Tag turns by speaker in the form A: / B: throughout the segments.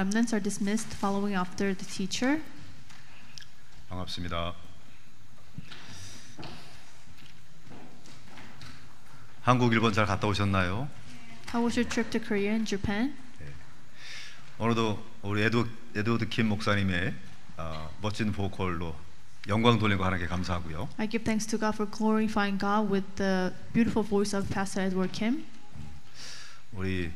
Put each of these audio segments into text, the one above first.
A: Remnants are dismissed following after the teacher.
B: 반갑습니다. 한국, 일본 잘 갔다 오셨나요?
A: How was your trip to Korea and Japan?
B: 오늘도 우리 에드, 에드워드 킴 목사님의 어, 멋진 보컬로 영광 돌린 거 하나님께 감사하고요.
A: I give thanks to God for glorifying God with the beautiful voice of Pastor Edward Kim.
B: 우리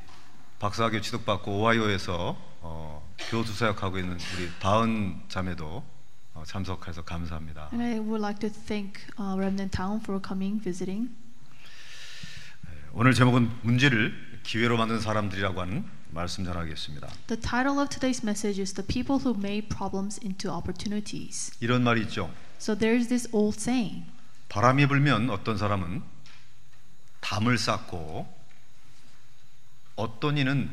B: 박사학위 취득받고 오하이오에서 어, 교수 사역하고 있는 우리 다은 자매도 어, 참석해서 감사합니다.
A: And I would like to thank uh, Remnant Town for coming, visiting.
B: 오늘 제목은 문제를 기회로 만든 사람들이라고 하는 말씀 전하겠습니다.
A: The title of today's message is The People Who Made Problems into Opportunities.
B: 이런 말이 있죠.
A: So there's this old saying
B: 바람이 불면 어떤 사람은 담을 쌓고 어떤 이는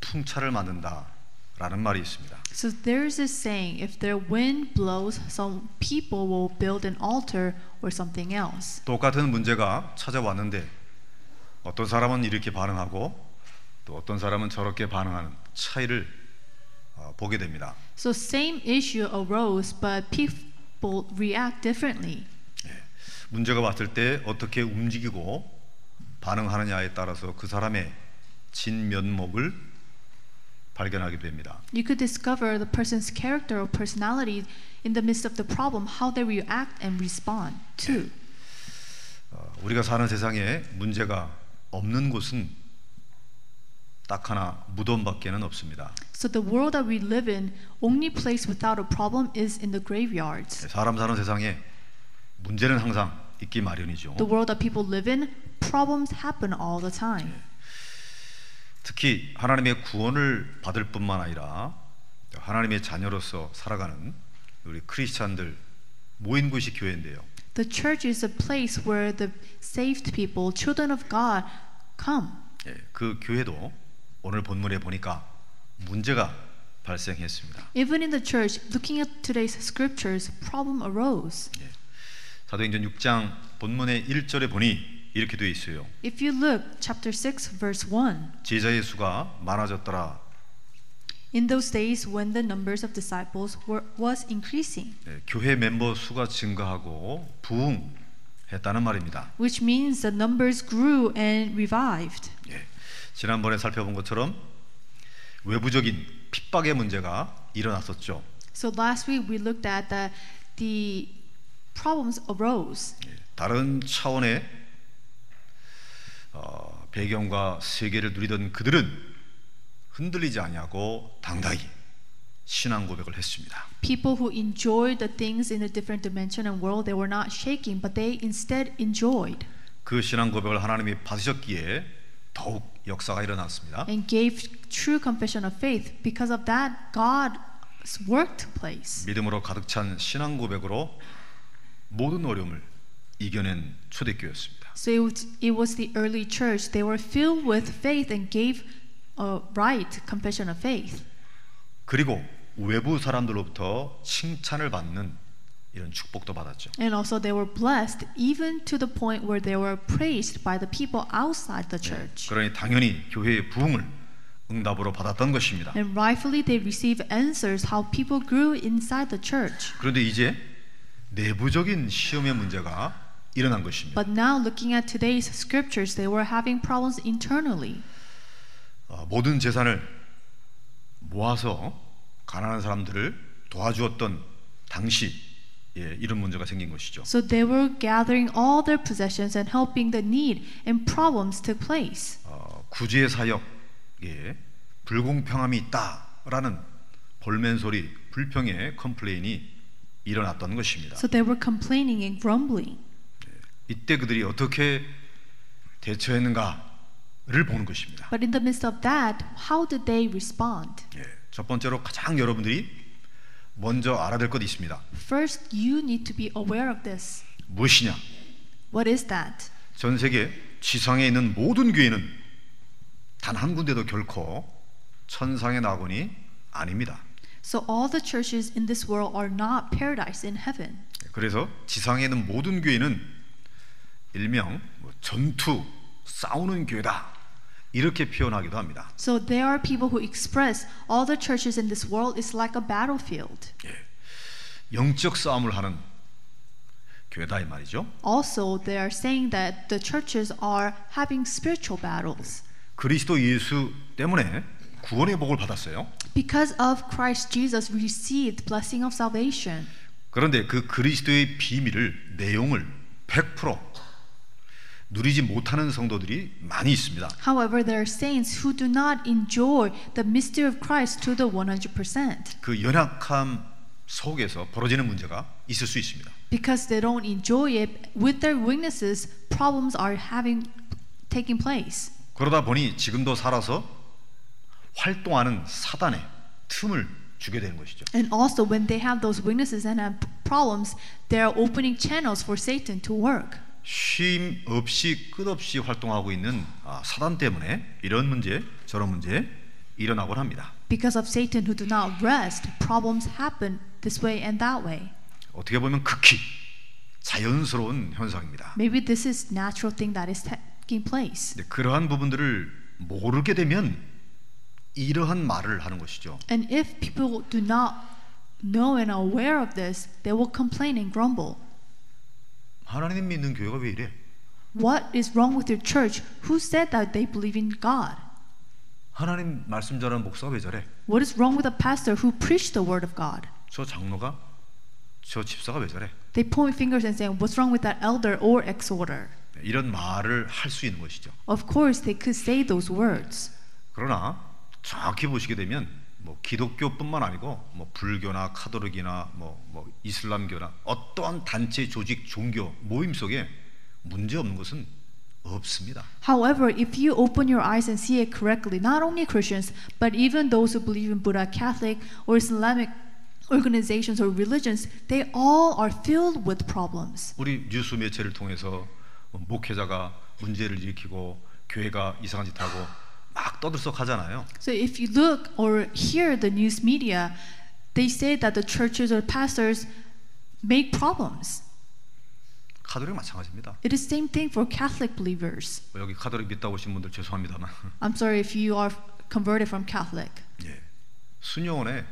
B: 풍차를 만든다라는 말이 있습니다.
A: So there's this saying if the wind blows, some people will build an altar or something else.
B: 똑같은 문제가 찾아왔는데 어떤 사람은 이렇게 반응하고 또 어떤 사람은 저렇게 반응하는 차이를 어, 보게 됩니다.
A: So same issue arose, but people react differently.
B: 예. 문제가 왔을 때 어떻게 움직이고 반응하느냐에 따라서 그 사람의 진면목을 발견하게 됩니다.
A: You could discover the person's character or personality in the midst of the problem, how they react and respond to.
B: 어, 우리가 사는 세상에 문제가 없는 곳은 딱 하나 무덤밖에는 없습니다.
A: So the world that we live in, only place without a problem is in the graveyards.
B: 사람 사는 세상에 문제는 항상 있기 마련이죠.
A: The world that people live in, problems happen all the time.
B: 특히 하나님의 구원을 받을 뿐만 아니라 하나님의 자녀로서 살아가는 우리 크리스찬들 모인 곳이 교회인데요.
A: The church is a place where the saved people, children of God, come.
B: 예, 그 교회도 오늘 본문에 보니까 문제가 발생했습니다.
A: Even in the church, looking at today's scriptures, problem arose.
B: 예. 사도행전 6장 본문의 1절에 보니 이렇게 되어 있어요.
A: If you look, chapter 6, verse 1,
B: 제자의 수가 많아졌더라.
A: in those days when the numbers of disciples were, was increasing,
B: 예, 교회 멤버 수가 증가하고 부흥했다는 말입니다.
A: which means the numbers grew and revived.
B: 예, 지난번에 살펴본 것처럼 외부적인 핍박의 문제가 일어났었죠.
A: So last week we looked at the, the problems arose.
B: 예, 다른 차원의 어, 배경과 세계를 누리던 그들은 흔들리지 아니하고 당당히 신앙 고백을 했습니다.
A: People who enjoyed the things in a different dimension and world, they were not shaking, but they instead enjoyed
B: 그 신앙 고백을 하나님이 받으셨기에 더욱 역사가 일어났습니다.
A: and gave true confession of faith. Because of that, God's work took place.
B: 믿음으로 가득 찬 신앙 고백으로 모든 어려움을 이겨낸 초대교회였습니다.
A: So it was, it was the early church. They were filled with faith and gave a right confession of faith.
B: 그리고 외부 사람들로부터 칭찬을 받는 이런 축복도 받았죠.
A: And also, they were blessed even to the point where they were praised by the people outside the church.
B: 그러니 당연히 교회의 부흥을 응답으로 받았던 것입니다.
A: And rightfully, they received answers how people grew inside the church.
B: 그런데 이제 내부적인 시험의 문제가 일어난 것입니다.
A: But now, looking at today's scriptures, they were having problems internally.
B: 어, 모든 재산을 모아서 가난한 사람들을 도와주었던 당시 예, 이런 문제가 생긴 것이죠.
A: So they were gathering all their possessions and helping the need, and problems took place.
B: 어, 구제 사역에 불공평함이 있다라는 볼멘 소리 불평의 컴플레인이 일어났던 것입니다.
A: So they were complaining and grumbling.
B: 이때 그들이 어떻게 대처했는가를 보는 것입니다.
A: But in the midst of that, how did they respond?
B: 예, 첫 번째로 가장 여러분들이 먼저 알아야 될 것 있습니다.
A: First, you need to be aware of this.
B: 무엇이냐?
A: What is that?
B: 전 세계 지상에 있는 모든 교회는 단 한 군데도 결코 천상의 낙원이 아닙니다.
A: So all the churches in this world are not paradise in heaven.
B: 그래서 지상에 있는 모든 교회는 일명 뭐 전투 싸우는 교회다 이렇게 표현하기도 합니다.
A: So there are people who express all the churches in this world is like a battlefield.
B: 영적 싸움을 하는 교회다 이 말이죠.
A: Also, they are saying that the churches are having spiritual battles.
B: 그리스도 예수 때문에 구원의 복을 받았어요.
A: Because of Christ Jesus, we received blessing of salvation.
B: 그런데 그 그리스도의 비밀을 내용을 100% 누리지 못하는 성도들이 많이 있습니다.
A: However, there are saints who do not enjoy the mystery of Christ to the 100%
B: 그 연약함 속에서 벌어지는 문제가 있을 수 있습니다.
A: because they don't enjoy it. With their weaknesses, problems are having taking place.
B: 그러다 보니 지금도 살아서 활동하는 사단의 틈을 주게 되는 것이죠.
A: And also, when they have those weaknesses and have problems, they are opening channels for Satan to work.
B: 쉼 없이 끝없이 활동하고 있는 아, 사단 때문에 이런 문제 저런 문제 일어나곤 합니다.
A: Because of Satan who do not rest, problems happen this way and that way.
B: 어떻게 보면 극히 자연스러운 현상입니다.
A: Maybe this is natural thing that is taking place.
B: 근데 그러한 부분들을 모르게 되면 이러한 말을 하는 것이죠.
A: And if people do not know and are aware of this, they will complain and grumble.
B: 하나님 믿는 교회가 왜 이래?
A: What is wrong with your church? Who said that they believe in God?
B: 하나님 말씀 전하는 목사가 왜 저래?
A: What is wrong with a pastor who preached the word of God?
B: 저 장로가 저 집사가 왜 저래?
A: They point fingers and say, What's wrong with that elder or exhorter?
B: 이런 말을 할 수 있는 것이죠.
A: Of course, they could say those words.
B: 그러나 정확히 보시게 되면 뭐 기독교뿐만 아니고 뭐 불교나 카톨릭이나 뭐, 뭐 이슬람교나 어떠한 단체 조직 종교 모임 속에 문제 없는 것은 없습니다.
A: However, if you open your eyes and see it correctly, not only Christians, but even those who believe in Buddha, Catholic, or Islamic organizations or religions, they all are filled with problems.
B: 우리 뉴스 매체를 통해서 목회자가 문제를 일으키고 교회가 이상한 짓 하고 막 떠들썩하잖아요.
A: So if you look or hear the news media, they say that the churches or pastors make problems.
B: 카톨릭 마찬가지입니다.
A: It is same thing for Catholic believers.
B: 뭐 여기 카톨릭 믿다 오신 분들 죄송합니다만
A: I'm sorry if you are converted from Catholic.
B: 예. 수녀원에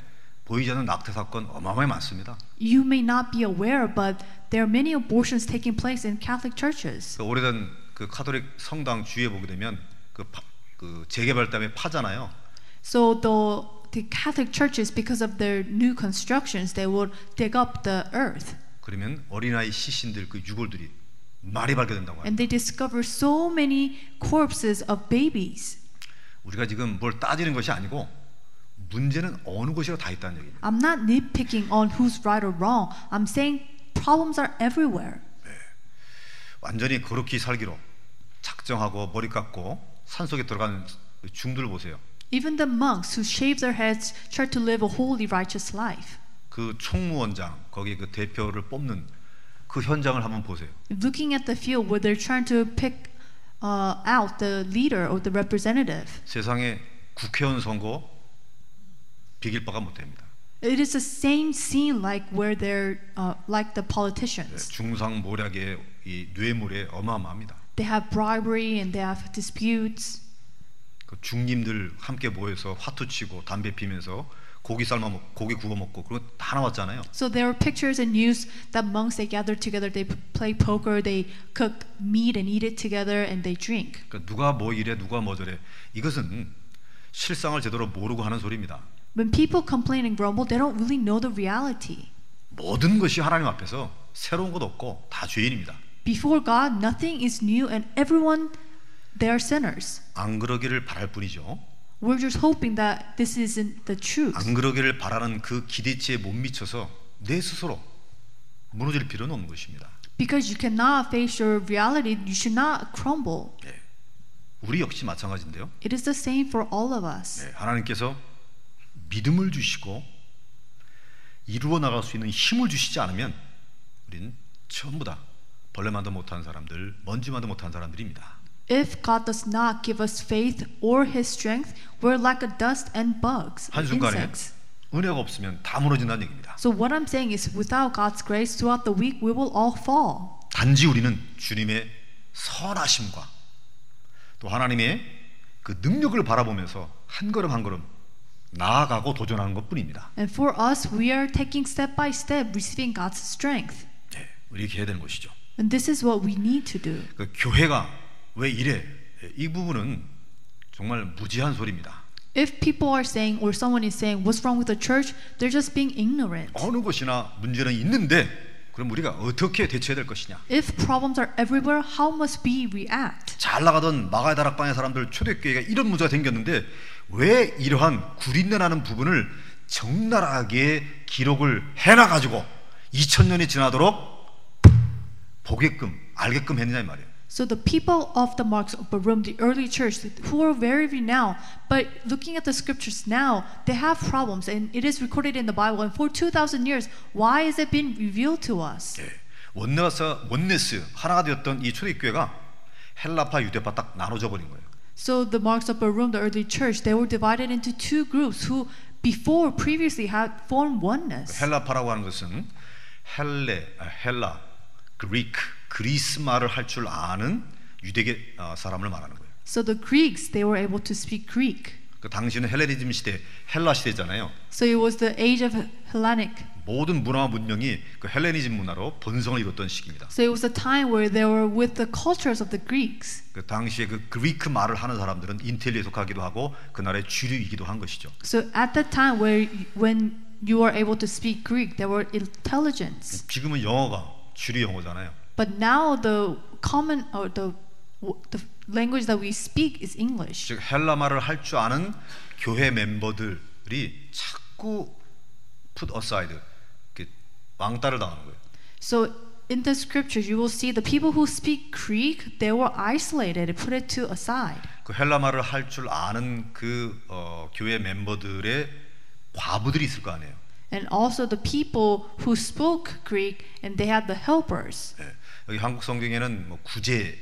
B: 보이지 않는 낙태 사건 어마어마히 많습니다.
A: You may not be aware, but there are many abortions taking place in Catholic churches.
B: 그 오래된 그 카톨릭 성당 주위에 보게 되면 그, 파- 그 재개발 때문에 파잖아요.
A: So the the Catholic churches, because of their new constructions, they would dig up the earth,
B: 그러면 어린아이 시신들 그 유골들이 말이 발견된다고 해요.
A: and they discover so many corpses of babies.
B: 우리가 지금 뭘 따지는 것이 아니고 문제는 어느 곳이나 다 있다는 얘기입니다.
A: I'm not nitpicking on who's right or wrong. I'm saying problems are everywhere.
B: 완전히 거룩히 살기로 작정하고 머리 깎고 산속에 들어간 그 중들 보세요.
A: Even the monks who shave their heads try to live a holy, righteous life.
B: 그 총무원장 거기 그 대표를 뽑는 그 현장을 한번 보세요.
A: Looking at the field where they're trying to pick uh, out the leader or the representative,
B: 세상에 국회의원 선거 비길 바가 못 됩니다.
A: it is the same scene like where they're uh, like the politicians.
B: 네, 중상모략의 이 뇌물에 어마어마합니다.
A: They have bribery and they have disputes.
B: 그 중님들 함께 모여서 화투 치고 담배 피면서 고기 삶아 먹, 고기 구워 먹고 그런 거 다 나왔잖아요.
A: So there are pictures and news that monks they gather together, they p- play poker, they cook meat and eat it together, and they drink.
B: 그러니까 누가 뭐 이래 누가 뭐 저래 이것은 실상을 제대로 모르고 하는 소리입니다.
A: When people complain and grumble, they don't really know the reality.
B: 모든 것이 하나님 앞에서 새로운 것 없고 다 죄인입니다.
A: Before God, nothing is new, and everyone they are sinners.
B: 안 그러기를 바랄 뿐이죠.
A: We're just hoping that this isn't the truth.
B: 안 그러기를 바라는 그 기대치에 못 미쳐서 내 스스로 무너질 필요는 없는 것입니다.
A: Because you cannot face your reality, you should not crumble.
B: 예. 우리 역시 마찬가지인데요.
A: It is the same for all of us.
B: 네, 하나님께서 믿음을 주시고 이루어 나갈 수 있는 힘을 주시지 않으면 우린 전부 다 벌레만도 못한 사람들, 먼지만도 못한 사람들입니다.
A: If God does not give us faith or His strength, we're like a dust and bugs, and
B: 한순간에
A: insects.
B: 은혜가 없으면 다 무너진다는 얘기입니다.
A: So what I'm saying is, without God's grace, throughout the week we will all fall.
B: 단지 우리는 주님의 선하심과 또 하나님의 그 능력을 바라보면서 한 걸음 한 걸음 나아가고 도전하는 것뿐입니다.
A: And for us, we are taking step by step, receiving God's strength.
B: 예, 이렇게 해야 되는 것이죠.
A: And this is what we need to do.
B: 그 교회가 왜 이래? 예, 이 부분은 정말 무지한 소리입니다.
A: If people are saying, or someone is saying, what's wrong with the church, they're just being ignorant.
B: 어느 것이나 문제는 있는데 그럼 우리가 어떻게 대처해야 될 것이냐?
A: If problems are everywhere, how must we react?
B: 잘 나가던 마가의 다락방의 사람들 초대교회가 이런 문제가 생겼는데 왜 이러한 구린내나는 부분을 적나라하게 기록을 해놔가지고 2000년이 지나도록 보게끔 알게끔 했느냐 이 말이에요.
A: So the people of the Marks of Barum, the early church, who are very renowned, but looking at the scriptures now, they have problems, and it is recorded in the Bible. And for 2,000 years, why is it being revealed to us?
B: 예. 원네스 원네스 하나가 되었던 이 초대교회가 헬라파 유대파 딱 나눠져 버린 거예요.
A: So the Marks of Barum, the early church, they were divided into two groups who before previously had formed oneness.
B: 헬라파라고 하는 것은 헬레, 아, 헬라, 그리크, 그리스 말을 할 줄 아는 유대계 어, 사람을 말하는 거예요.
A: So the Greeks, they were able to speak Greek.
B: 그 당시는 헬레니즘 시대, 헬라 시대잖아요.
A: So it was the age of Hellenic.
B: 모든 문화와 문명이 그 헬레니즘 문화로 번성을 이뤘던 시기입니다.
A: So it was a time where they were with the cultures of the Greeks.
B: 그 당시에 그 그리크 말을 하는 사람들은 인텔리에 속하기도 하고 그나라의 주류이기도 한 것이죠.
A: So at that time where when you were able to speak Greek, they were intelligence.
B: 지금은 영어가 주류 영어잖아요.
A: But now the common or the the language that we speak is English.
B: 즉 헬라 말을 할 줄 아는 교회 멤버들이 자꾸 put aside 이렇게 왕따를 당하는 거예요.
A: So in the scriptures, you will see the people who speak Greek, they were isolated, put it to aside.
B: 그 헬라 말을 할 줄 아는 그 어, 교회 멤버들의 과부들이 있을 거 아니에요.
A: And also the people who spoke Greek and they had the helpers.
B: 예. 여기 한국 성경에는 뭐 구제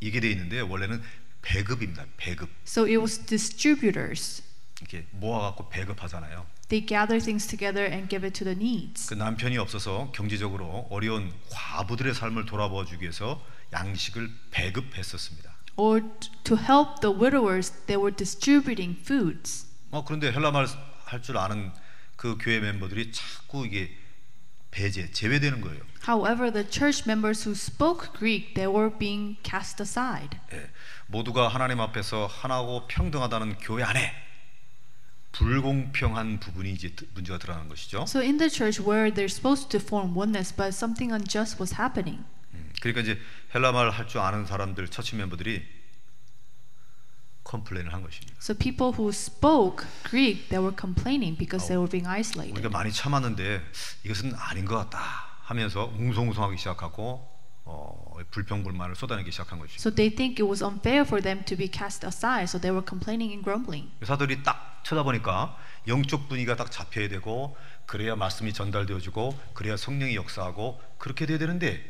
B: 이게 돼 있는데 원래는 배급입니다. 배급
A: So it was distributors.
B: 이렇게 모아갖고 배급하잖아요.
A: They gather things together and give it to the needs.
B: 그 남편이 없어서 경제적으로 어려운 과부들의 삶을 돌아보아 주기 위해서 양식을 배급했었습니다.
A: Or t- to help the widowers, they were distributing foods.
B: 어 그런데 헬라 말 할 줄 아는 그 교회 멤버들이 자꾸 이게 배제 제외되는 거예요.
A: However, the church members who spoke Greek, they were being cast aside.
B: 예, 모두가 하나님 앞에서 하나고 평등하다는 교회 안에 불공평한 부분이 이제 드- 문제가 드러나는 것이죠.
A: So in the church where they're supposed to form oneness, but something unjust was happening.
B: 음, 그러니까 이제 헬라 말 할 줄 아는 사람들 처치 멤버들이 컴플레인을 한 것입니다.
A: So people who spoke Greek, they were complaining because they were being
B: 우리가
A: isolated.
B: 많이 참았는데 이것은 아닌 것 같다 하면서 웅성웅성하기 시작하고 어, 불평불만을 쏟아내기 시작한 것이죠.
A: So they think it was unfair for them to be cast aside, so they were complaining and grumbling.
B: 사들이 딱 쳐다보니까 영적 분위기가 딱 잡혀야 되고 그래야 말씀이 전달되어지고 그래야 성령이 역사하고 그렇게 돼야 되는데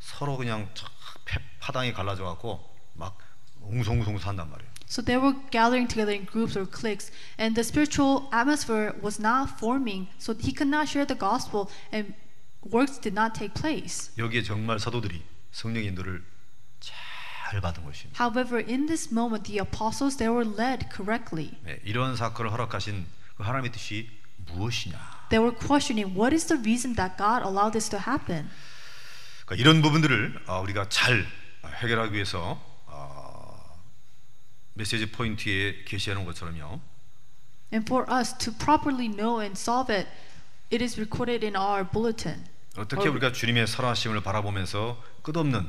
B: 서로 그냥 촥 패- 파당에 갈라져 갖고 막 웅성웅성 산단 말이에요.
A: So they were gathering together in groups or cliques, and the spiritual atmosphere was not forming, so he could not share the gospel, and works did not take place.
B: 여기에 정말 사도들이 성령 인도를 잘 받은 것입니다.
A: However, in this moment, the apostles they were led correctly.
B: 네, 이런 사건을 허락하신 그 하나님의 뜻이 무엇이냐?
A: They were questioning what is the reason that God allowed this to happen.
B: 그러니까 이런 부분들을 어, 우리가 잘 해결하기 위해서 어, 메시지 포인트에 게시하는 것처럼요.
A: And for us to properly know and solve it, it is recorded in our bulletin.
B: 어떻게
A: 어.
B: 우리가 주님의 살아하심을 바라보면서 끝없는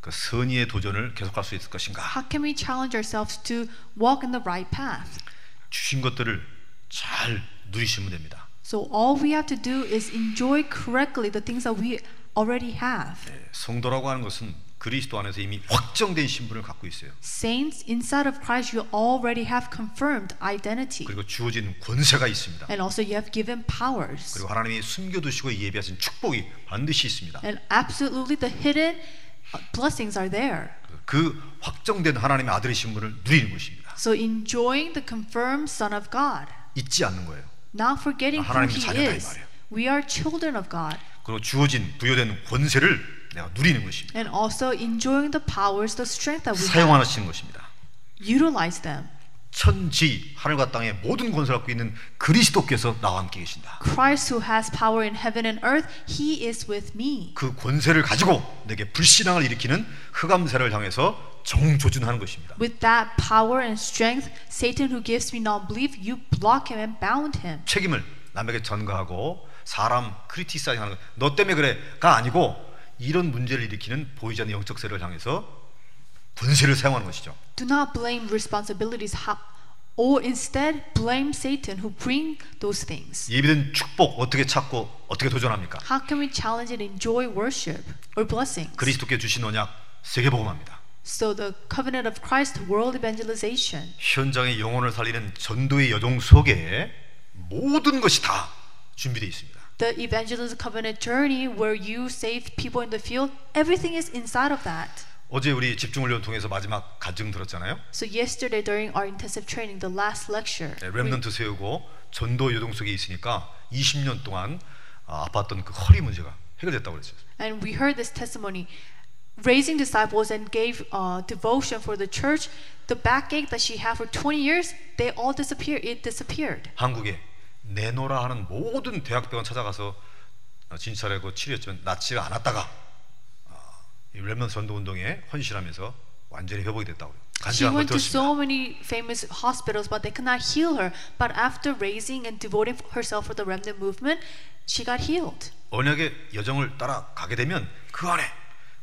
B: 그 선의의 도전을 계속할 수 있을 것인가?
A: How can we challenge ourselves to walk in the right path?
B: 주신 것들을 잘 누리시면 됩니다.
A: So all we have to do is enjoy correctly the things that we already have.
B: 예, 성도라고 하는 것은 그리스도 안에서 이미 확정된 신분을 갖고 있어요.
A: Saints, inside of Christ, you already have confirmed identity.
B: 그리고 주어진 권세가 있습니다.
A: And also, you have given powers.
B: 그리고 하나님이 숨겨두시고 예비하신 축복이 반드시 있습니다.
A: And absolutely, the hidden uh, blessings are there.
B: 그 확정된 하나님의 아들이신 분을 누리는 것입니다.
A: So enjoying the confirmed Son of God,
B: 잊지 않는 거예요.
A: not forgetting who
B: Uh, 하나님의
A: He
B: 자녀다 이
A: is.
B: 말이에요.
A: We are children of God.
B: 그리고 주어진 부여된 권세를 내가 누리는 것입니다.
A: And also enjoying the powers, the strength that we have,
B: 사용하시는 것입니다.
A: Utilize them.
B: 천지 하늘과 땅의 모든 권세를 갖고 있는 그리스도께서 나와 함께 계신다.
A: Christ who has power in heaven and earth, he is with me.
B: 그 권세를 가지고 내게 불신앙을 일으키는 흑암세를 향해서 정조준하는 것입니다.
A: With that power and strength, Satan who gives me not belief, you block him and bound him.
B: 책임을 남에게 전가하고 사람 크리티사이하는 너 때문에 그래가 아니고 이런 문제를 일으키는 보이지 않는 영적 세를 향해서 분쇄를 사용하는 것이죠.
A: Do not blame responsibilities, ha- or instead blame Satan who bring those things.
B: 예비된 축복 어떻게 찾고 어떻게 도전합니까?
A: How can we challenge and enjoy worship or blessings?
B: 그리스도께 주신 언약 세계복음합니다.
A: So the covenant of Christ, world evangelization.
B: 현장의 영혼을 살리는 전도의 여정 속에 모든 것이 다 준비되어 있습니다.
A: The evangelism covenant journey where you save people in the field, everything is inside of that.
B: 어제 우리 집중훈련 통해서 마지막 가증 들었잖아요.
A: So yesterday during our intensive training, the last lecture,
B: 네, 렘넌트 세우고 전도 여정 속에 있으니까 20년 동안 아, 아팠던 그 허리 문제가 해결됐다고 그랬어요.
A: and we heard this testimony, raising disciples and gave uh, devotion for the church. The backache that she had for 20 years, they all disappeared. It disappeared.
B: 한국에 내노라 하는 모든 대학병원 찾아가서 어, 진찰하고 치료했지만 낫지를 않았다가 아, 이 렘넌트 전도 운동에 헌신하면서 완전히 회복이 됐다고요.
A: She
B: 간절한 걸
A: went to
B: 들었습니다.
A: so many famous hospitals, but they could not heal her. But after raising and devoting herself for the remnant movement, she got healed.
B: 언약의 여정을 따라 가게 되면 그 안에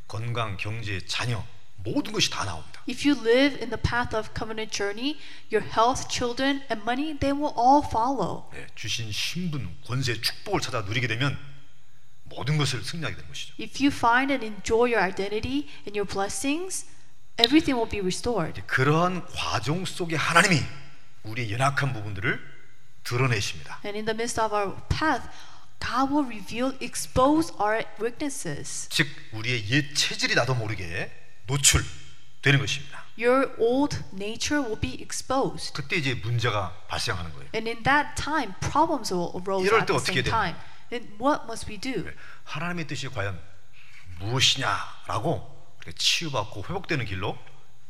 B: 건강, 경제, 자녀 모든 것이 다 나옵니다.
A: If you live in the path of covenant journey, your health, children, and money, they will all follow.
B: 네, 주신 신분, 권세, 축복을 찾아 누리게 되면 모든 것을 승리하게 되는 것이죠.
A: If you find and enjoy your identity and your blessings, everything will be restored.
B: 이제 그러한 과정 속에 하나님이 우리의 연약한 부분들을 드러내십니다.
A: And in the midst of our path, God will reveal, expose our weaknesses.
B: 즉 우리의 옛 체질이 나도 모르게 노출되는 것입니다.
A: Your old nature will be exposed.
B: 그때 이제 문제가 발생하는 거예요.
A: And in that time, problems will arose
B: 이럴
A: at
B: 때
A: the
B: 어떻게
A: same
B: 되는
A: time. Then what must we do?
B: 하나님의 뜻이 과연 무엇이냐라고 그렇게 치유받고 회복되는 길로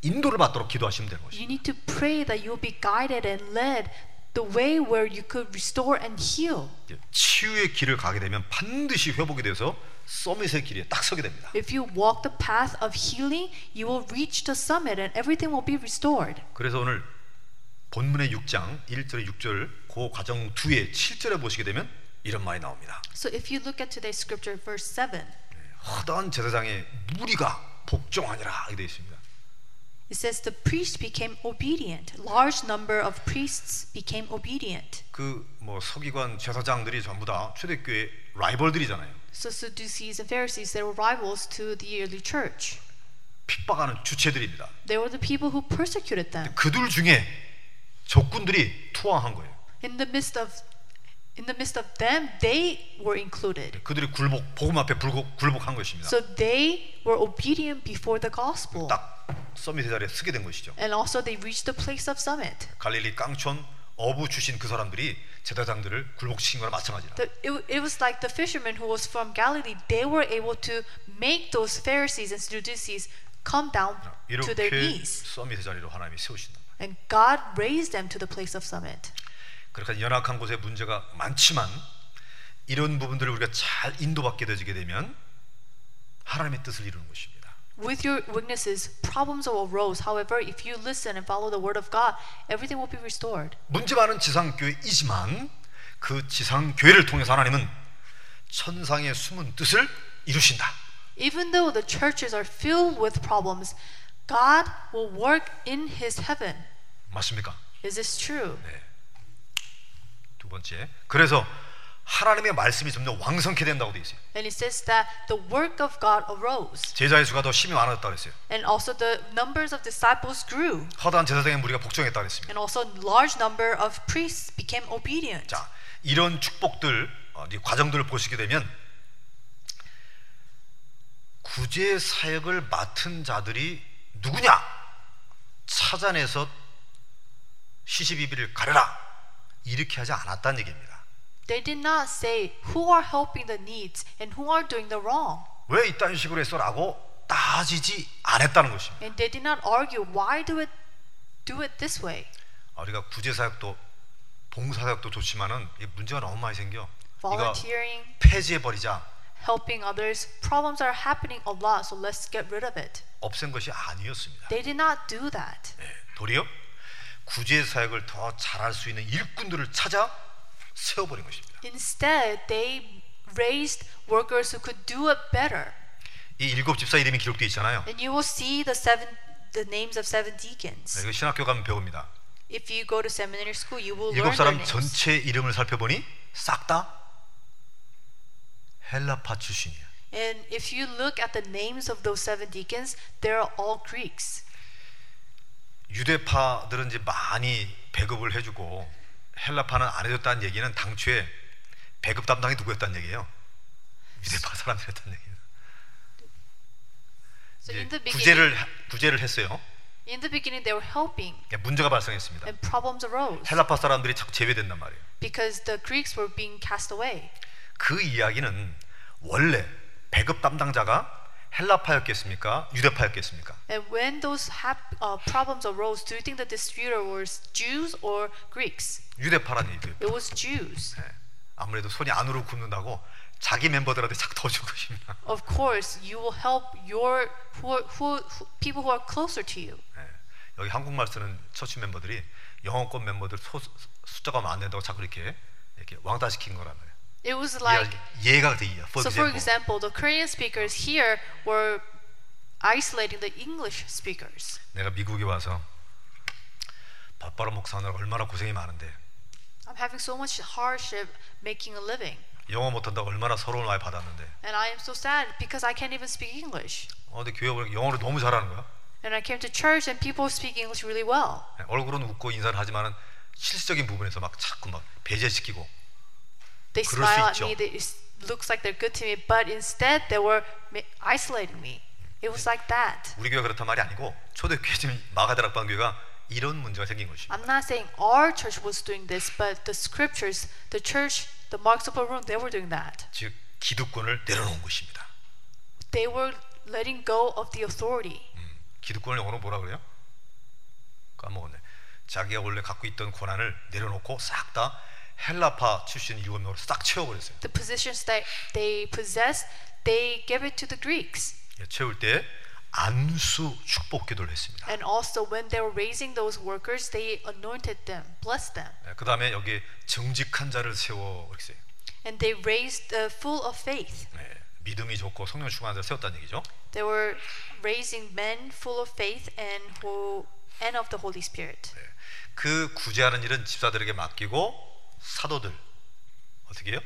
B: 인도를 받도록 기도하시면 되는 것이죠.
A: You need to pray that you'll be guided and led the way where you could restore and heal.
B: 이제 치유의 길을 가게 되면 반드시 회복이 돼서 서밋의 길에 딱 서게 됩니다.
A: If you walk the path of healing, you will reach the summit and everything will be restored.
B: 그래서 오늘 본문의 6장 1절에 6절 그 과정 2의 7절에 보시게 되면 이런 말이 나옵니다.
A: So if you look at today's scripture, verse 7,
B: 허다한 제사장의 무리가 복종하니라 이렇게 되어 있습니다.
A: it says, The priest became obedient. Large number of priests became obedient.
B: 그 뭐 서기관 제사장들이 전부 다 초대교회 라이벌들이잖아요.
A: So Sadducees and Pharisees, they were rivals to the early church.
B: 핍박하는 주체들입니다.
A: They were the people who persecuted them.
B: 그들 중에 적군들이 투항한 거예요.
A: In the midst of in the midst of them, they were included.
B: 그들이 굴복 복음 앞에 굴복, 굴복한 것입니다.
A: So they were obedient before the gospel.
B: 딱 서밋의 자리에 쓰게 된 것이죠.
A: And also they reached the place of summit.
B: 갈릴리 깡촌 어부 출신 그 사람들이 제사장들을 굴복시킨 거나 마찬가지라.
A: The, it, it was like the fishermen who was from Galilee. They were able to make those Pharisees and Sadducees come down to their
B: 이렇게
A: knees,
B: 서밋의 자리로 하나님이 세우신다.
A: and God raised them to the place of summit.
B: 그렇게 연약한 곳에 문제가 많지만 이런 부분들을 우리가 잘 인도받게 되게 되면 하나님의 뜻을 이루는 것입니다.
A: With your weaknesses, problems will arose. However, if you listen and follow the word of God, everything will be restored.
B: 문제 많은 지상교회이지만 그 지상교회를 통해서 하나님은 천상의 숨은 뜻을 이루신다.
A: Even though the churches are filled with problems, God will work in His heaven.
B: 맞습니까?
A: Is this true?
B: 두 번째. 그래서 하나님의 말씀이 점점 왕성케 된다고 되어 있어요.
A: And it says that the work of God arose,
B: 제자의 수가 더 심히 많아졌다고 그랬어요.
A: and also the numbers of disciples grew.
B: 허다한 제사장의 무리가 복종했다고 그랬습니다.
A: and also large number of priests became obedient.
B: 자, 이런 축복들, 어, 이 과정들을 보시게 되면 구제 사역을 맡은 자들이 누구냐? 찾아내서 시시비비를 가려라. 이렇게 하지 않았다는 얘기입니다.
A: They did not say who are helping the needs and who are doing the wrong.
B: 왜 이딴 식으로 했어라고 따지지 않았다는 것입니다.
A: And they did not argue why do it Do it this way.
B: 아, 우리가 구제사역도 봉사사역도 좋지만은 이 문제가 너무 많이 생겨. 이거
A: Volunteering,
B: 폐지해 버리자.
A: helping others, problems are happening a lot, so let's get rid of it.
B: 없앤 것이 아니었습니다.
A: They did not do that.
B: 예, 도리어 구제사역을 더 잘할 수 있는 일꾼들을 찾아 세워버린 것입니다.
A: Instead, they raised workers who could do it better.
B: 이 일곱 집사 이름이 기록되어 있잖아요.
A: And you will see the seven the names of seven deacons.
B: 네, 이거 신학교 가면 배웁니다.
A: If you go to seminary school, you will learn
B: 일곱
A: their
B: 사람
A: names.
B: 전체 이름을 살펴보니 싹 다 헬라파 출신이에요.
A: And if you look at the names of those seven deacons, they're all Greeks.
B: 유대파들은 이제 많이 배급을 해주고 헬라파는 안 해줬다는 얘기는 당초에 배급 담당이 누구였다는 얘기예요. 유대파 사람들이었다는 얘기예요.
A: So in the
B: 이제
A: beginning,
B: 구제를 구제를 했어요.
A: in the beginning they were helping
B: 그러니까 문제가 발생했습니다.
A: and problems arose
B: 헬라파 사람들이 자꾸 제외된단 말이에요.
A: because the Greeks were being cast away.
B: 그 이야기는 원래 배급 담당자가 헬라파였겠습니까? 유대파였겠습니까?
A: And when those hap- uh, problems arose, do you think the disputer was Jews or Greeks?
B: 유대파라는 얘기예요.
A: It was Jews.
B: 예. 아무래도 손이 안으로 굽는다고 자기 멤버들한테 자꾸 더줄 것입니다.
A: Of course, you will help your who, are, who, who people who are closer to you.
B: 예. 여기 한국말 쓰는 처치 멤버들이 영어권 멤버들 소- 숫자가 많안 된다고 자꾸 이렇게 이렇게 왕따 시킨 거란 말이에요.
A: It was like
B: 이해하- 이해가 되기야.
A: so. For example, the Korean speakers here were isolating the English speakers.
B: 내가 미국에 와서 밥 바로 목사하느라 얼마나 고생이 많은데
A: I'm having so much hardship making a living,
B: 영어 못한다고 얼마나 서러움을 많이 받았는데
A: and I am so sad because I can't even speak English.
B: 어, 근데 교회 오니까 영어를 너무 잘하는 거야.
A: And I came to church, and people speak English really well.
B: 예, 얼굴은 웃고 인사를 하지만은 실질적인 부분에서 막 자꾸 막 배제시키고
A: They
B: 그럴 수
A: smile at
B: 있죠.
A: me. They, it looks like they're good to me, but instead they were ma- isolating me. It was like that.
B: 우리 교회 그렇단 말이 아니고 초대교회 지금 마가다락방 교회가 이런 문제가 생긴 것이.
A: I'm not saying our church was doing this, but the scriptures, the church, the Marks of room, they were doing that.
B: 즉 기득권을 내려놓은 것입니다.
A: They were letting go of the authority.
B: 음, 기득권을 영어로 뭐라 그래요? 까먹었네. 자기가 원래 갖고 있던 권한을 내려놓고 싹 다 헬라파 출신 일곱 명으로 싹 채워버렸어요.
A: The positions that they possessed, they gave it to the Greeks.
B: 예, 채울 때 안수 축복 기도를 했습니다.
A: And also, when they were raising those workers, they anointed them, blessed them,
B: 그 다음에 여기 정직한 자를 세워 이렇게 써요.
A: and they raised the full of faith.
B: 예, 믿음이 좋고 성령 충만한 자를 세웠다는 얘기죠.
A: They were raising men full of faith and who and of the Holy Spirit.
B: 예, 그 구제하는 일은 집사들에게 맡기고 사도들 어떻게 해요?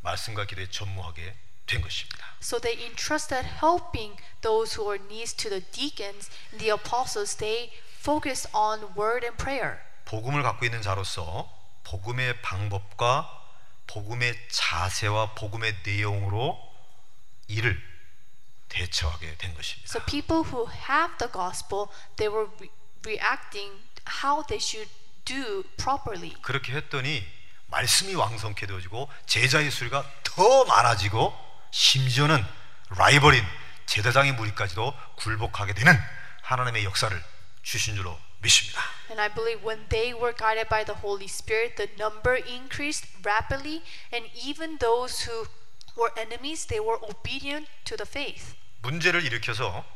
B: 말씀과 기도에 전무하게 된 것입니다.
A: So they entrusted helping those who are needs to the deacons, and the apostles. They focused on word and prayer.
B: 복음을 갖고 있는 자로서 복음의 방법과 복음의 자세와 복음의 내용으로 일을 대처하게 된 것입니다.
A: So people who have the gospel, they were re- reacting how they should do properly.
B: 그렇게 했더니 말씀이 왕성케 되어지고 제자의 수리가 더 많아지고 심지어는 라이벌인 제사장의 무리까지도 굴복하게 되는 하나님의 역사를 주신 줄로 믿습니다.
A: And I believe when they were guided by the Holy Spirit, the number increased rapidly, and even those who were enemies, they were obedient to the faith.
B: 문제를 일으켜서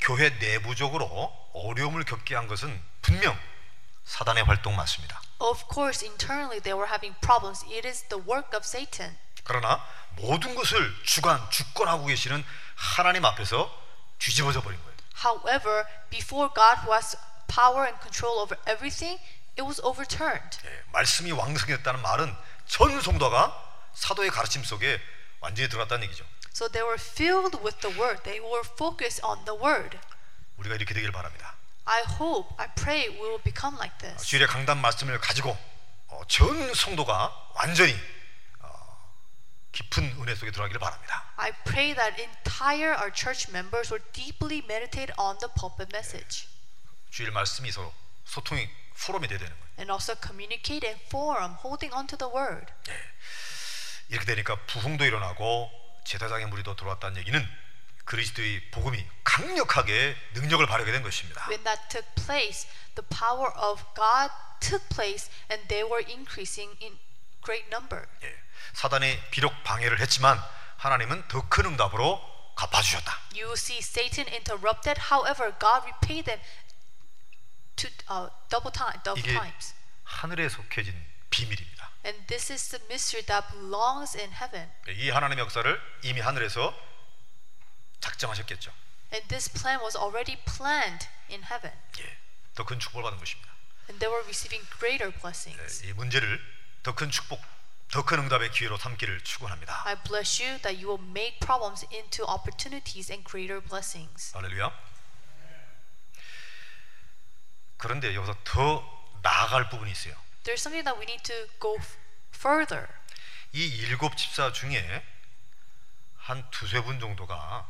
B: 교회 내부적으로 어려움을 겪게 한 것은 분명 사단의 활동 맞습니다.
A: Of course, internally they were having problems. It is the work of Satan.
B: 그러나 모든 것을 주관 주권하고 계시는 하나님 앞에서 뒤집어져 버린 거예요.
A: However, before God who has power and control over everything, it was overturned.
B: 예, 말씀이 왕성했다는 말은 전 성도가 사도의 가르침 속에 완전히 들어갔다는 얘기죠.
A: So they were filled with the word. They were focused on the word.
B: 우리가 이렇게 되길 바랍니다.
A: I hope, I pray we will become like this.
B: 주일의 강단 말씀을 가지고 어, 전 성도가 완전히 어, 깊은 은혜 속에 들어가기를 바랍니다.
A: I pray that entire our church members will deeply meditate on the pulpit message
B: 주일 말씀이 서로 소통이 포럼이 돼야 되는 거예요.
A: and also communicate in forum, holding on to the word.
B: 이렇게 되니까 부흥도 일어나고 제사장의 무리도 들어왔다는 얘기는 그리스도의 복음이 강력하게 능력을 발휘하게 된 것입니다.
A: When that took place, the power of God took place and they were increasing in great number.
B: 예, 사단이 비록 방해를 했지만 하나님은 더 큰 응답으로 갚아주셨다.
A: You see Satan interrupted, however, God repaid them two, uh, double time, double
B: 이게
A: times.
B: 하늘에 속해진 비밀입니다.
A: And this is the mystery that belongs in heaven.
B: 예, 이 하나님의 역사를 이미 하늘에서 작정하셨겠죠.
A: And this plan was already planned in heaven.
B: 예, 더 큰 축복을 받은 것입니다.
A: And they were receiving greater blessings.
B: 예, 이 문제를 더 큰 축복, 더 큰 응답의 기회로 삼기를 축원합니다.
A: I bless you that you will make problems into opportunities and greater blessings.
B: 할렐루야. 그런데 여기서 더 나아갈 부분이 있어요.
A: There's something that we need to go f- further.
B: 이 일곱 집사 중에 한 두세 분 정도가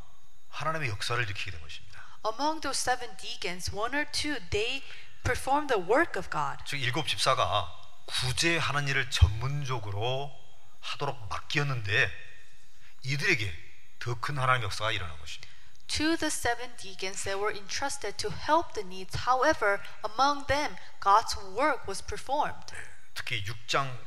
B: 하나님의 역사를 일으키게 된 것입니다.
A: Among those seven deacons, one or two, they performed the work of God.
B: 즉 일곱 집사가 구제하는 일을 전문적으로 하도록 맡겼는데 이들에게 더 큰 하나님의 역사가 일어난 것입니다.
A: To the seven deacons that were entrusted to help the needs, however, among them, God's work was performed.
B: 특히 6장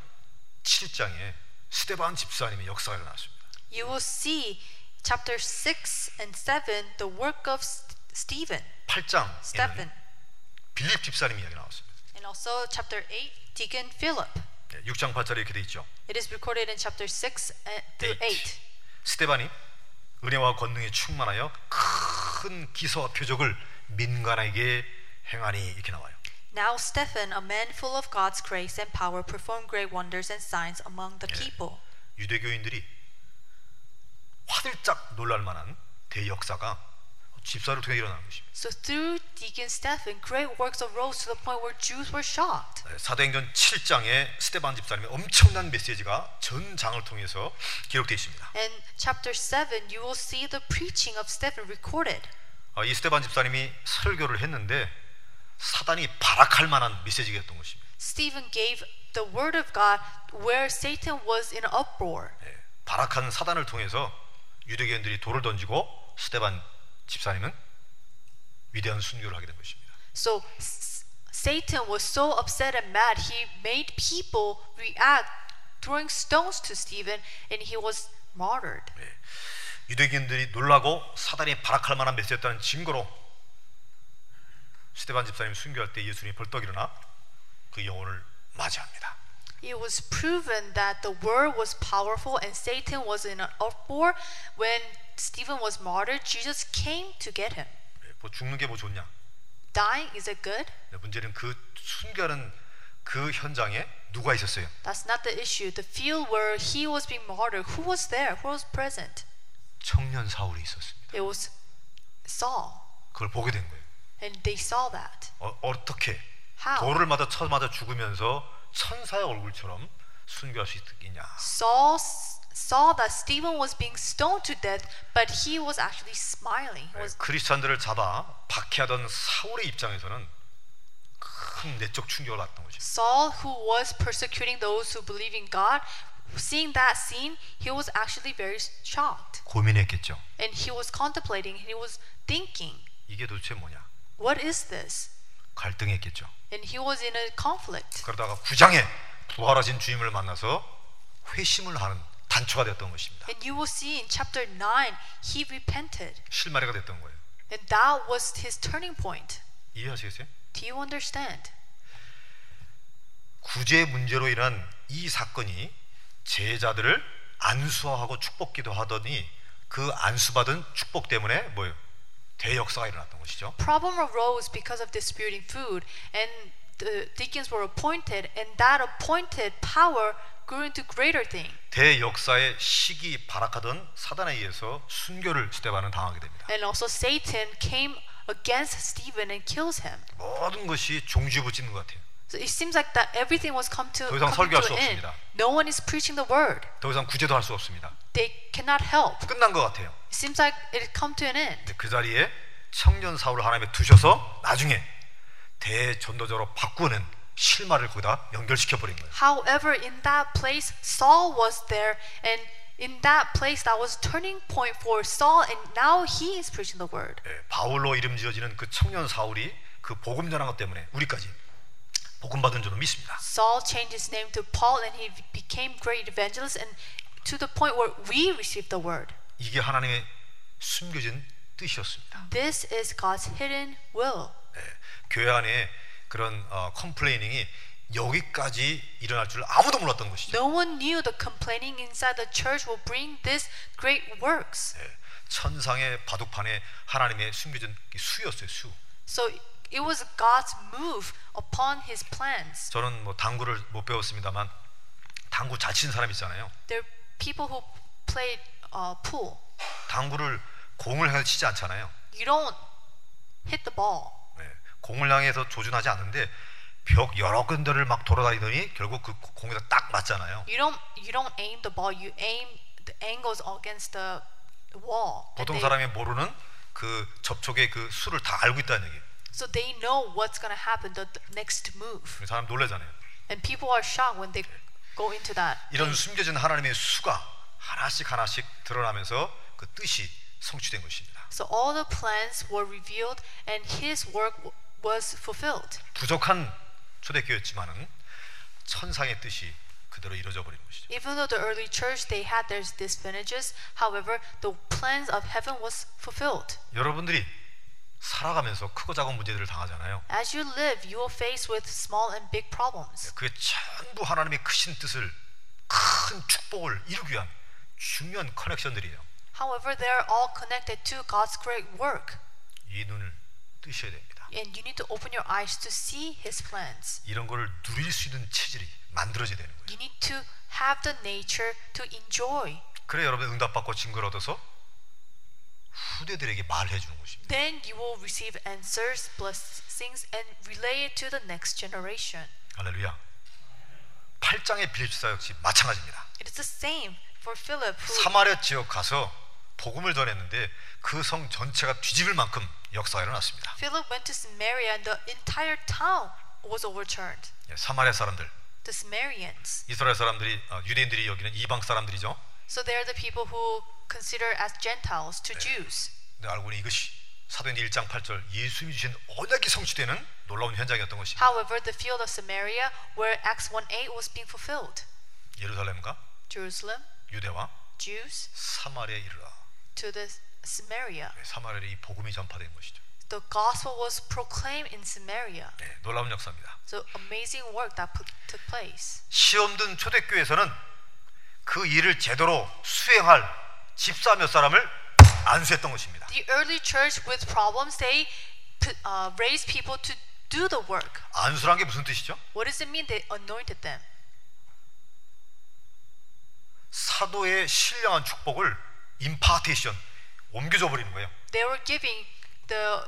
B: 7장에 스테반 집사님의 역사가 일어났습니다.
A: You will see chapter 6 and 7, the work of S- Stephen,
B: 8장에는
A: Stephen,
B: 빌립 집사님 이야기 나왔습니다. 예,
A: and also chapter 8, Deacon Philip.
B: 6장 8절에 이렇게 돼 있죠.
A: It is recorded in chapter 6 and- through 8.
B: 스테반이 은혜와 권능에 충만하여 큰 기사와 표적을 민간에게 행하니 이렇게 나와요.
A: Now Stephen, a man full of God's grace and power, performed great wonders and signs among the people.
B: 유대교인들이 화들짝 놀랄 만한 대역사가 집사를 통해 일어나는 것입니다.
A: So through Deacon Stephen, great works arose to the point where Jews were shocked.
B: 네, 사도행전 7장에 스테반 집사님의 엄청난 메시지가 전 장을 통해서 기록되어 있습니다.
A: In chapter 7, you will see the preaching of Stephen recorded.
B: 아, 이 스테반 집사님이 설교를 했는데 사단이 발악할 만한 메시지였던 것입니다.
A: Stephen gave the word of God where Satan was in uproar.
B: 예, 발악한 사단을 통해서 유대교인들이 돌을 던지고 스테반 집사님은 위대한 순교를 하게 된 것입니다.
A: So S- Satan was so upset and mad, he made people react, throwing stones to Stephen, and he was martyred.
B: 예, 유대교인들이 놀라고 사단이 발악할 만한 메시지였다는 증거로 스테반 집사님 순교할 때 예수님이 벌떡 일어나 그 영혼을 맞이합니다.
A: It was proven that the word was powerful and Satan was in an uproar. When Stephen was martyred, Jesus came to get him.
B: 예, 뭐 죽는 게 뭐 좋냐?
A: Dying, is it good?
B: 근데 문제는 그 순교하는 그 현장에 누가 있었어요?
A: That's not the issue. The field where he was being martyred, who was there? Who was present?
B: 청년 사울이 있었습니다.
A: It was Saul.
B: 그걸 보게 된 거예요.
A: And they saw that.
B: 어, 어떻게
A: How?
B: 돌을 맞아 쳐맞아 죽으면서 천사의 얼굴처럼 순교할 수 있겠냐?
A: Saul s- saw that Stephen was being stoned to death, but he was actually smiling. He was,
B: 크리스천들을 네, 잡아 박해하던 사울의 입장에서는 큰 내적 충격을 받던 거죠.
A: Saul, who was persecuting those who believe in God, seeing that scene, he was actually very shocked.
B: 고민했겠죠.
A: And he was contemplating, he was thinking,
B: 이게 도대체 뭐냐?
A: what is this?
B: 갈등했겠죠.
A: And he was in a conflict.
B: 그러다가 구장에 부활하신 주님을 만나서 회심을 하는 단초가 되었던 것입니다.
A: And you will see in chapter 9, he repented.
B: 실마리가 됐던 거예요.
A: And that was his turning point.
B: 이해하시겠어요?
A: Do you understand?
B: 구제 문제로 인한 이 사건이 제자들을 안수하고 축복기도 하더니 그 안수받은 축복 때문에 뭐예요? 대역사가 일어났던 것이죠.
A: Problem arose because of disputing food, and the deacons were appointed, and that appointed power grew into greater thing.
B: 대역사의 시기 발악하던 사단에 의해서 순교를 스테반은 당하게 됩니다.
A: And also Satan came against Stephen and kills him.
B: 모든 것이 종지부지는 것 같아요.
A: So it seems like that everything was come to,
B: 더 이상
A: come
B: 설교할
A: to
B: 수
A: an end.
B: 없습니다.
A: No one is preaching the word.
B: 더 이상 구제도 할 수 없습니다.
A: They cannot help.
B: 끝난 것 같아요.
A: It seems like it come to an end.
B: 근데 그 자리에 청년 사울을 하나님에 두셔서 나중에 대전도자로 바꾸는 실마를 거기다 연결시켜 버린 거예요.
A: However, in that place, Saul was there, and in that place that was turning point for Saul and now he is preaching the word.
B: 예, 바울로 이름 지어지는 그 청년 사울이 그 복음 전한 것 때문에 우리까지 복음 받은 줄로 믿습니다.
A: Saul changed his name to Paul and he became great evangelist and to the point where we received the word.
B: 이게 하나님의 숨겨진 뜻이었습니다.
A: This is God's hidden will.
B: 예, 교회 안에 그런 어, 컴플레이닝이 여기까지 일어날 줄 아무도 몰랐던 것이죠.
A: No one knew the complaining inside the church will bring this great works.
B: 예, 천상의 바둑판에 하나님의 숨겨진 수였어요. 수.
A: So it was God's move upon his plans.
B: 저는 뭐 당구를 못 배웠습니다만 당구 잘 치는 사람 있잖아요.
A: There are people who played uh, pool.
B: 당구를 공을 향해서 치지 않잖아요.
A: You don't hit the ball.
B: 예, 공을 향해서 조준하지 않는데 벽 여러 군데를 막 돌아다니더니 결국 그 공에다 딱 맞잖아요.
A: You don't you don't aim the ball. You aim the angles against the wall. And
B: 보통
A: they-
B: 사람이 모르는 그 접촉의 그 수를 다 알고 있다는 얘기예요.
A: so they know what's gonna happen the, the next move.
B: 사람 놀라잖아요.
A: And people are shocked when they go into that.
B: 이런 숨겨진 하나님의 수가 하나씩 하나씩 드러나면서 그 뜻이 성취된 것입니다.
A: So all the plans were revealed and his work w- was fulfilled.
B: 부족한 초대교였지만은 천상의 뜻이 그대로 이루어져 버리는 것이죠.
A: Even though the early church they had their disadvantages, however, the plans of heaven was fulfilled.
B: 여러분들이 살아가면서 크고 작은 문제들을 당하잖아요.
A: As you live, you will face with small and big problems.
B: 그게 전부 하나님의 크신 뜻을 큰 축복을 이루기 위한 중요한 커넥션들이에요.
A: However, they are all connected to God's great work,
B: 이 눈을 뜨셔야 됩니다.
A: and you need to open your eyes to see his plans.
B: 이런 거를 누릴 수 있는 체질이 만들어져야 되는 거예요.
A: You need to have the nature to enjoy.
B: 그래 여러분 응답받고 증거를 얻어서 후대들에게 말해 주는 것입니다.
A: Then you will receive answers, blessings, and relay it to the next generation.
B: 할렐루야. 8장의 빌립사 역시 마찬가지입니다.
A: It is the same for Philip, who
B: 사마리아 지역 가서 복음을 전했는데 그 성 전체가 뒤집을 만큼 역사가 일어났습니다.
A: Philip went to Samaria, and the entire town was overturned.
B: 예, 사마리아 사람들,
A: The Samaritans.
B: 이스라엘 사람들이 어, 유대인들이 여기는 이방 사람들이죠.
A: So they are the people who consider as Gentiles to Jews.
B: 근데 알고 보니 이것이 사도행전 1장 8절 예수님이 주신 언약이 성취되는 놀라운 현장이었던 것입니다.
A: However, the field of Samaria, where Acts 1:8 was being fulfilled,
B: 예루살렘과
A: Jerusalem,
B: 유대와
A: Jews
B: 사마리아에 이르라.
A: to the Samaria.
B: 네, 사마리아에 이 복음이 전파된 것이죠.
A: The gospel was proclaimed in Samaria.
B: 네, 놀라운 역사입니다.
A: So amazing work that put, took place.
B: 시험든 초대교회에서는 그 일을 제대로 수행할 집사 몇 사람을 안수했던 것입니다.
A: The early church with problems, they put, uh, raised people to do the work.
B: 안수란 게 무슨 뜻이죠?
A: What does it mean? They anointed them.
B: 사도의 신령한 축복을 임파테이션 옮겨줘 버리는 거예요.
A: They were giving the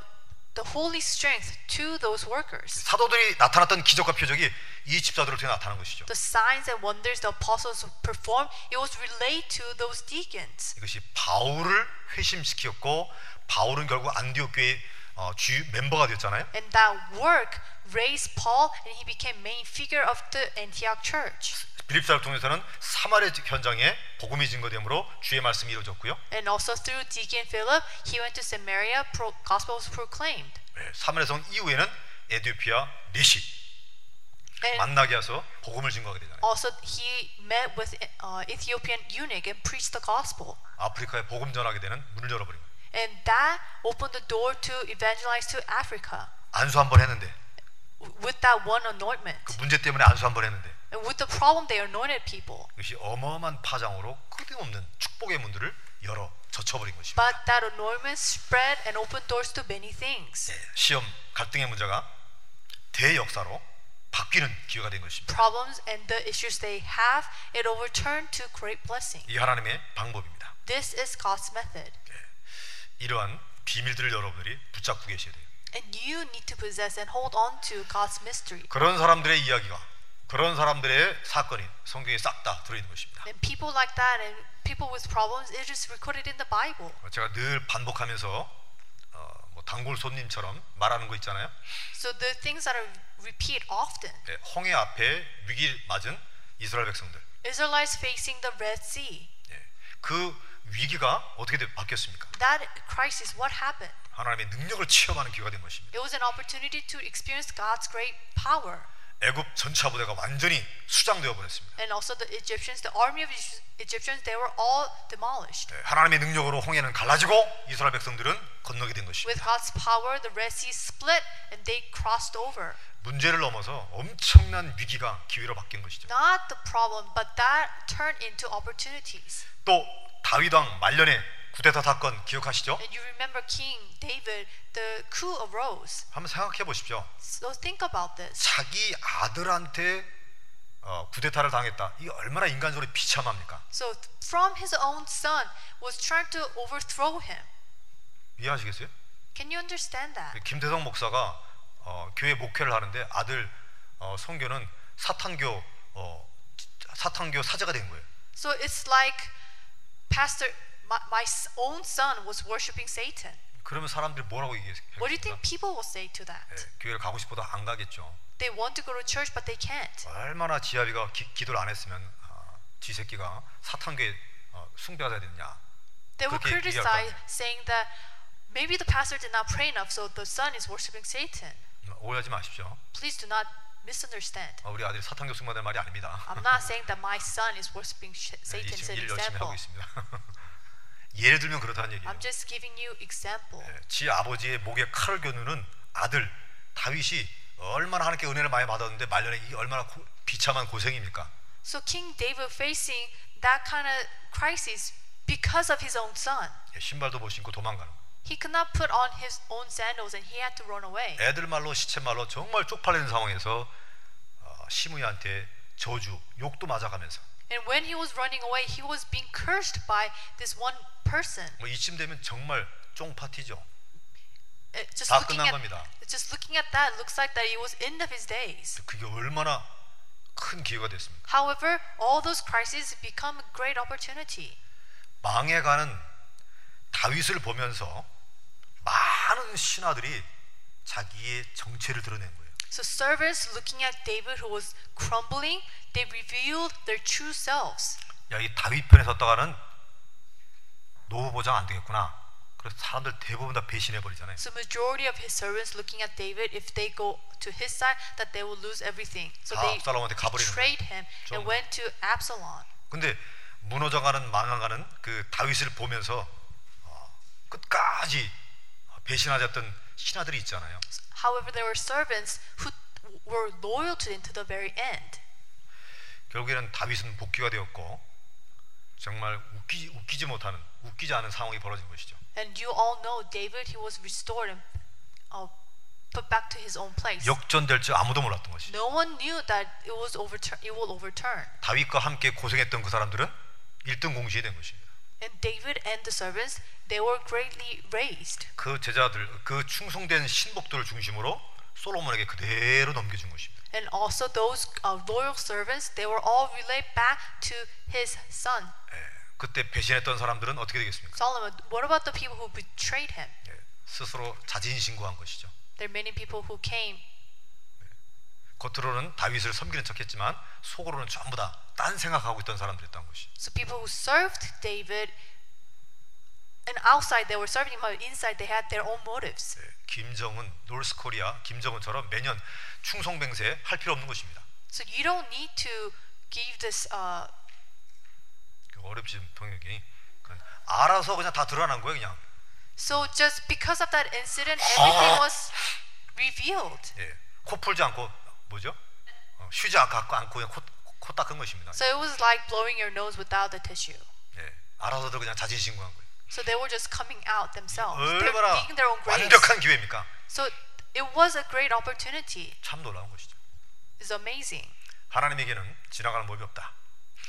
A: the holy strength to those workers.
B: 사도들이 나타났던 기적과 표적이 이 집사들을 통해 나타난 것이죠.
A: The signs and wonders the apostles performed, it was relayed to those deacons.
B: 이것이 바울을 회심시켰고 바울은 결국 안디옥 교회의 어, 주 멤버가 됐잖아요.
A: And that work raised Paul and he became main figure of the Antioch church.
B: 빌립사를 통해서는 사마리아 현장에 복음이 증거되므로 주의 말씀이 이루어졌고요.
A: And also through Deacon Philip, he went to Samaria, pro- gospel was proclaimed.
B: 네, 사마리아 성 이후에는 에디오피아 리시
A: And
B: 만나게 해서 복음을 증거하게 되잖아요.
A: also he met with uh, Ethiopian eunuch and preached the gospel.
B: 아프리카에 복음 전하게 되는 문을 열어버린 거예요.
A: And that opened the door to evangelize to Africa
B: 안수 한 번 했는데
A: w- with that one anointment.
B: 그 문제 때문에 안수 한 번 했는데
A: And with the problem, they anointed people.
B: 이것이 어마어마한 파장으로 끝없는 축복의 문들을 열어 젖혀버린 것입니다.
A: But that anointment spread and opened doors to many things.
B: 예, 시험 갈등의 문제가 대역사로 바뀌는 기회가 된 것입니다.
A: Problems and the issues they have, it overturned to great blessing.
B: 이 하나님의 방법입니다.
A: This is God's method.
B: 이러한 비밀들을 여러분들이 붙잡고 계셔야 돼요.
A: And you need to possess and hold on to God's mystery.
B: 그런 사람들의 이야기가 그런 사람들의 사건이 성경에 싹 다 들어있는 것입니다.
A: And people like that and people with problems, it is recorded in the Bible.
B: 어, 제가 늘 반복하면서 어, 뭐 단골 손님처럼 말하는 거 있잖아요.
A: So the things that are repeat often.
B: 예, 홍해 앞에 위기 맞은 이스라엘 백성들.
A: Israelites facing the Red Sea.
B: 예, 그 위기가 어떻게 되- 바뀌었습니까?
A: That crisis, what happened?
B: 하나님의 능력을 체험하는 기회가 된 것입니다.
A: It was an opportunity to experience God's great power.
B: 애굽 전차 부대가 완전히 수장되어 버렸습니다.
A: And also the Egyptians, the army of Egy- Egyptians, they were all demolished.
B: 네, 하나님의 능력으로 홍해는 갈라지고 이스라엘 백성들은 건너게 된 것입니다.
A: With God's power, the Red Sea split and they crossed over.
B: 문제를 넘어서 엄청난 위기가 기회로 바뀐 것이죠.
A: Not the problem, but that turned into opportunities.
B: 또 다윗왕 말년에 구데타 사건 기억하시죠?
A: And you remember King David, the coup arose.
B: 한번 생각해 보십시오.
A: So think about this.
B: 자기 아들한테 어, 구데타를 당했다. 이 얼마나 인간적으로 비참합니까?
A: So th- from his own son was trying to overthrow him.
B: 이해하시겠어요? 그
A: Can you understand that?
B: 김태성 목사가 어, 교회 목회를 하는데 아들 어, 성교는 사탄교 어, 사탄교 사제가 된 거예요.
A: So it's like Pastor, my, my s- own son was worshiping Satan.
B: 그러면 사람들이 뭐라고 얘기했을까요?
A: What do you think people will say to
B: 예,
A: that?
B: 교회를 가고 싶어도 안 가겠죠.
A: They want to go to church, but they can't.
B: 얼마나 지아비가 기, 기도를 안 했으면 아, 지 새끼가 사탄교에 어, 숭배가 돼야 되느냐.
A: They will
B: 그렇게 얘기할
A: criticize,
B: 거예요.
A: saying that maybe the pastor did not pray enough, so the son is worshiping Satan.
B: 음, 오해하지 마십시오.
A: Please do not misunderstand.
B: 어, 우리 아들이 사탄교 숭배될 말이 아닙니다.
A: I'm not saying that my son is worshiping sh-
B: 예,
A: Satan as
B: 지금
A: an
B: 일 열심히
A: example.
B: 하고 있습니다. 예를 들면 그렇다는 얘기예요.
A: I'm just giving you example.
B: 예, 지 아버지의 목에 칼을 겨누는 아들 다윗이 얼마나 하나님께 은혜를 많이 받았는데 말년에 이 얼마나 고- 비참한 고생입니까?
A: So King David facing that kind of crisis because of his own son.
B: 예, 신발도 못 신고 도망가는.
A: He could not put on his own sandals and he had to run away.
B: 애들 말로 시체 말로 정말 쪽팔리는 상황에서 어, 시므이한테 저주, 욕도 맞아가면서
A: And when he was running away, he was being cursed by this one person.
B: 뭐 이쯤 되면 정말 쫑 파티죠.
A: Uh, Just
B: 다
A: looking at
B: 끝난 겁니다.
A: just looking at that looks like that it was end of his days.
B: 그게 얼마나 큰 기회가 됐습니까?
A: However, all those crises become a great opportunity.
B: 망해가는 다윗을 보면서 많은 신하들이 자기의 정체를 드러낸 거예요.
A: So servants looking at David who was crumbling, they revealed their true selves.
B: 야, 이 다윗 편에 섰다가는 노후보장 안 되겠구나. 그래서 사람들 대부분 다 배신해 버리잖아요.
A: So majority of his servants looking at David, if they go to his side, that they will lose everything. So
B: 다
A: they
B: 압살롬한테 가버리는
A: betrayed him
B: 좀-
A: and went to Absalom.
B: 근데 무너져가는 망해가는 그 다윗을 보면서 어, 끝까지 배신하지 않던 신하들이 있잖아요.
A: However, there were servants who were loyal to him to the very end.
B: 결국에는 다윗은 복귀가 되었고 정말 웃기, 웃기지 못하는 웃기지 않은 상황이 벌어진 것이죠.
A: And you all know David, he was restored and uh, put back to his own place.
B: 역전될 줄 아무도 몰랐던 것이.
A: No one knew that it was overturn. It will overturn.
B: 다윗과 함께 고생했던 그 사람들은 1등 공신이 된 것입니다.
A: And David and the servants, they were greatly raised.
B: 그 제자들 그 충성된 신복들을 중심으로 솔로몬에게 그대로 넘겨준 것입니다.
A: And also those uh, loyal servants, they were all relayed back to his son
B: 예, 그때 배신했던 사람들은 어떻게 되겠습니까?
A: Solomon. What about the people who betrayed him?
B: 예, 스스로 자진 신고한 것이죠.
A: There are many people who came.
B: 겉으로는 다윗을 섬기는 척했지만 속으로는 전부 다 딴 생각하고 있던 사람들이었던 것이.
A: So people who served David, and outside they were serving him, but inside they had their own motives.
B: 예, 김정은 노스코리아 김정은처럼 매년 충성맹세 할 필요 없는 것입니다.
A: So you don't need to give this. Uh,
B: 그 어렵지 통역이 그냥 알아서 그냥 다 드러난 거예요 그냥.
A: so just because of that incident, everything was revealed.
B: 예, 코 풀지 않고 뭐죠? 어, 휴지 안 갖고 않고 그냥 코, 코 닦은 것입니다.
A: So it was like blowing your nose without the tissue.
B: 예, 알아서들 그냥 자진 신고한 거예요.
A: So they were just coming out themselves. They're
B: 얼마나
A: digging their own graves.
B: 완벽한 기회입니까?
A: So it was a great opportunity.
B: 참 놀라운 것이죠.
A: It's amazing.
B: 하나님에게는 지나가는 법이 없다.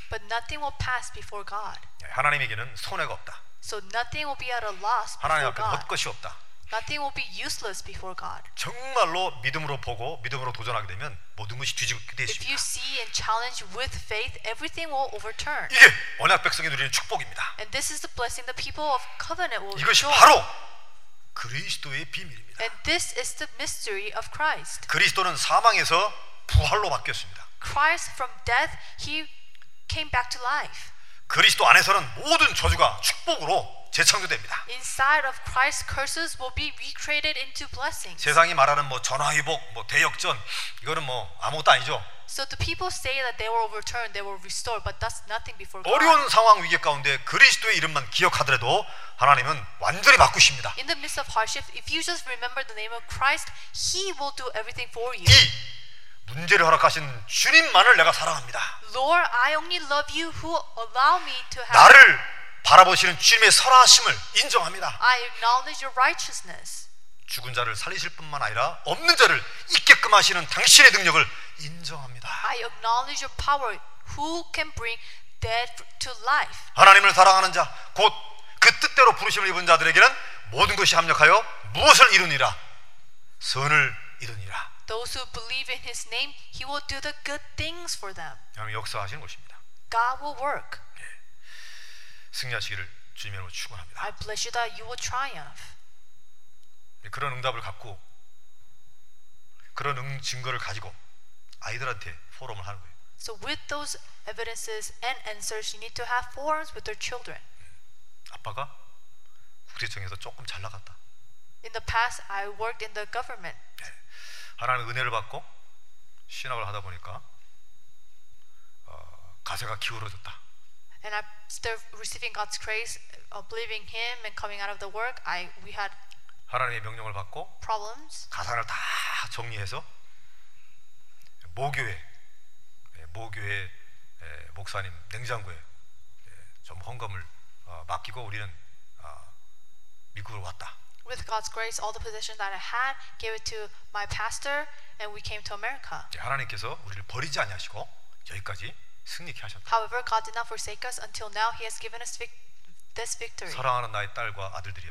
A: But nothing will pass before God.
B: 예, 하나님에게는 손해가 없다.
A: So nothing will be at a loss before
B: 하나님 앞에
A: God.
B: 헛것이 없다.
A: Nothing will be useless before God.
B: 정말로 믿음으로 보고 믿음으로 도전하게 되면 모든 것이 뒤집게
A: If
B: 되십니다.
A: you see and challenge with faith, everything will overturn.
B: 이게 언약 백성이 누리는 축복입니다.
A: And this is the blessing the people of covenant will
B: 이것이
A: enjoy.
B: 바로 그리스도의 비밀입니다.
A: And this is the mystery of Christ.
B: 그리스도는 사망에서 부활로 바뀌었습니다.
A: Christ from death, he came back to life.
B: 그리스도 안에서는 모든 저주가 축복으로 재창조됩니다.
A: Inside of Christ, curses will be recreated into blessings.
B: 세상이 말하는 뭐 전화위복, 뭐 대역전 이거는 뭐 아무것도 아니죠.
A: So the people say that they will return, they will restore, but that's nothing before God.
B: 어려운 상황 위기 가운데 그리스도의 이름만 기억하더라도 하나님은 완전히 바꾸십니다.
A: In the midst of hardship, if you just remember the name of Christ, He will do everything for you.
B: 이 문제를 허락하신 주님만을 내가 사랑합니다.
A: Lord, I only love you who allow me to have.
B: 나를 바라보시는 주님의 설하심을 인정합니다.
A: I acknowledge your righteousness.
B: 죽은 자를 살리실 뿐만 아니라 없는 자를 있게끔 하시는 당신의 능력을 인정합니다.
A: I acknowledge your power who can bring dead to life.
B: 하나님을 사랑하는 자, 곧 그 뜻대로 부르심을 입은 자들에게는 모든 것이 합력하여 무엇을 이루니라? 선을 이루니라.
A: Those who believe in His name, He will do the good things for them.
B: 하나님 역사하시는 것입니다.
A: God will work.
B: 승리하시기를 주님으로 축원합니다.
A: I bless you that you will triumph.
B: 그런 응답을 갖고 그런 응 증거를 가지고 아이들한테 포럼을 하는 거예요.
A: So with those evidences and answers, you need to have forums with their children.
B: 아빠가 국세청에서 조금 잘 나갔다.
A: In the past, I worked in the government.
B: 하나님의 은혜를 받고 신학을 하다 보니까 어, 가세가 기울어졌다.
A: And after receiving God's grace, uh, believing Him and coming out of the work, I we had
B: 하나님의 명령을 받고
A: problems.
B: 가산을 다 정리해서 모교회 예, 모교회 예, 목사님 냉장고에 예, 좀 헌금을 어, 맡기고 우리는 아, 미국으로 왔다.
A: With God's grace, all the possessions that I had, gave it to my pastor, and we came to America.
B: 이제 하나님께서 우리를 버리지 아니하시고 여기까지 승리케 하셨다.
A: However, God did not forsake us until now. He has given us vic- this victory.
B: 사랑하는 나의 딸과 아들들이여,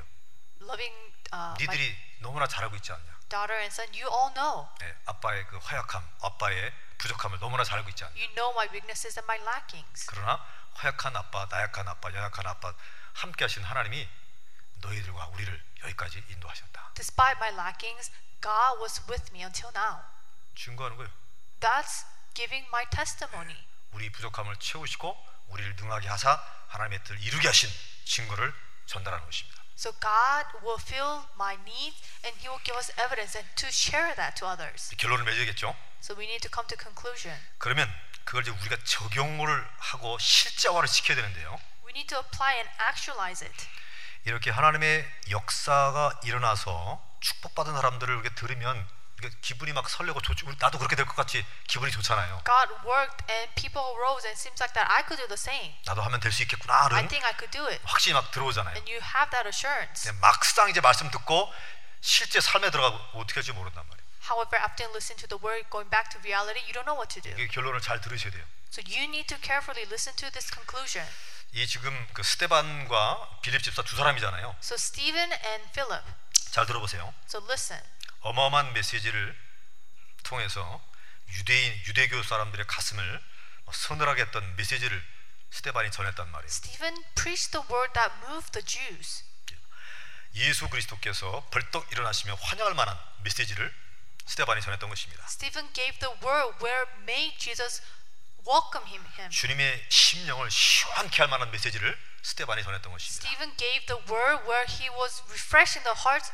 A: Loving uh, my
B: 니들이 너무나 잘하고 있지 않냐?
A: daughter and son, you all know.
B: 예, 아빠의 그 허약함, 아빠의 부족함을 너무나 잘 알고 있지 않냐?
A: You know my weaknesses and my lackings.
B: 그러나 허약한 아빠, 나약한 아빠, 연약한 아빠 함께 하신 하나님이 너희들과 우리를 여기까지 인도하셨다.
A: Despite my lackings, God was with me until now.
B: 증거하는 거예요.
A: That's giving my testimony.
B: 우리 부족함을 채우시고 우리를 능하게 하사 하나님의 뜻을 이루게 하신 증거를 전달하는 것입니다.
A: So God will fill my needs and He will give us evidence and to share that to others.
B: 이제 결론을 맺어야겠죠.
A: So we need to come to conclusion.
B: 그러면 그걸 이제 우리가 적용을 하고 실제화를 시켜야 되는데요.
A: We need to apply and actualize it.
B: 이렇게 하나님의 역사가 일어나서 축복받은 사람들을 이렇게 들으면 이게 기분이 막 설레고 좋지. 우리- 나도 그렇게 될 것 같이 기분이 좋잖아요.
A: God worked and people rose and it seems like that I could do the same.
B: 나도 하면 될 수 있겠구나.
A: I
B: 는
A: think I could do it.
B: 확신이 막 들어오잖아요.
A: And you have that assurance.
B: 근데 막상 이제 말씀 듣고 실제 삶에 들어가고 어떻게 할지 모른단 말이에요.
A: However, after listening to the word, going back to reality, you don't know what to do.
B: 이게 결론을 잘 들으셔야 돼요.
A: So you need to carefully listen to this conclusion.
B: 이 지금 그 스테반과 빌립 집사 두 사람이잖아요.
A: So Stephen and Philip.
B: 잘 들어보세요.
A: So listen.
B: 어마어마한 메시지를 통해서 유대인 유대교 사람들의 가슴을 뭐 서늘하게 했던 메시지를 스테반이 전했단 말이에요.
A: Stephen preached the word that moved the Jews.
B: 예수 그리스도께서 벌떡 일어나시며 환영할 만한 메시지를 스테반이 전했던 것입니다.
A: Stephen gave the word where made Jesus welcome him. him.
B: 주님의 심령을 시원케 할 만한 메시지를 스테반이 전했던 것입니다.
A: Stephen gave the word where he was refreshing the hearts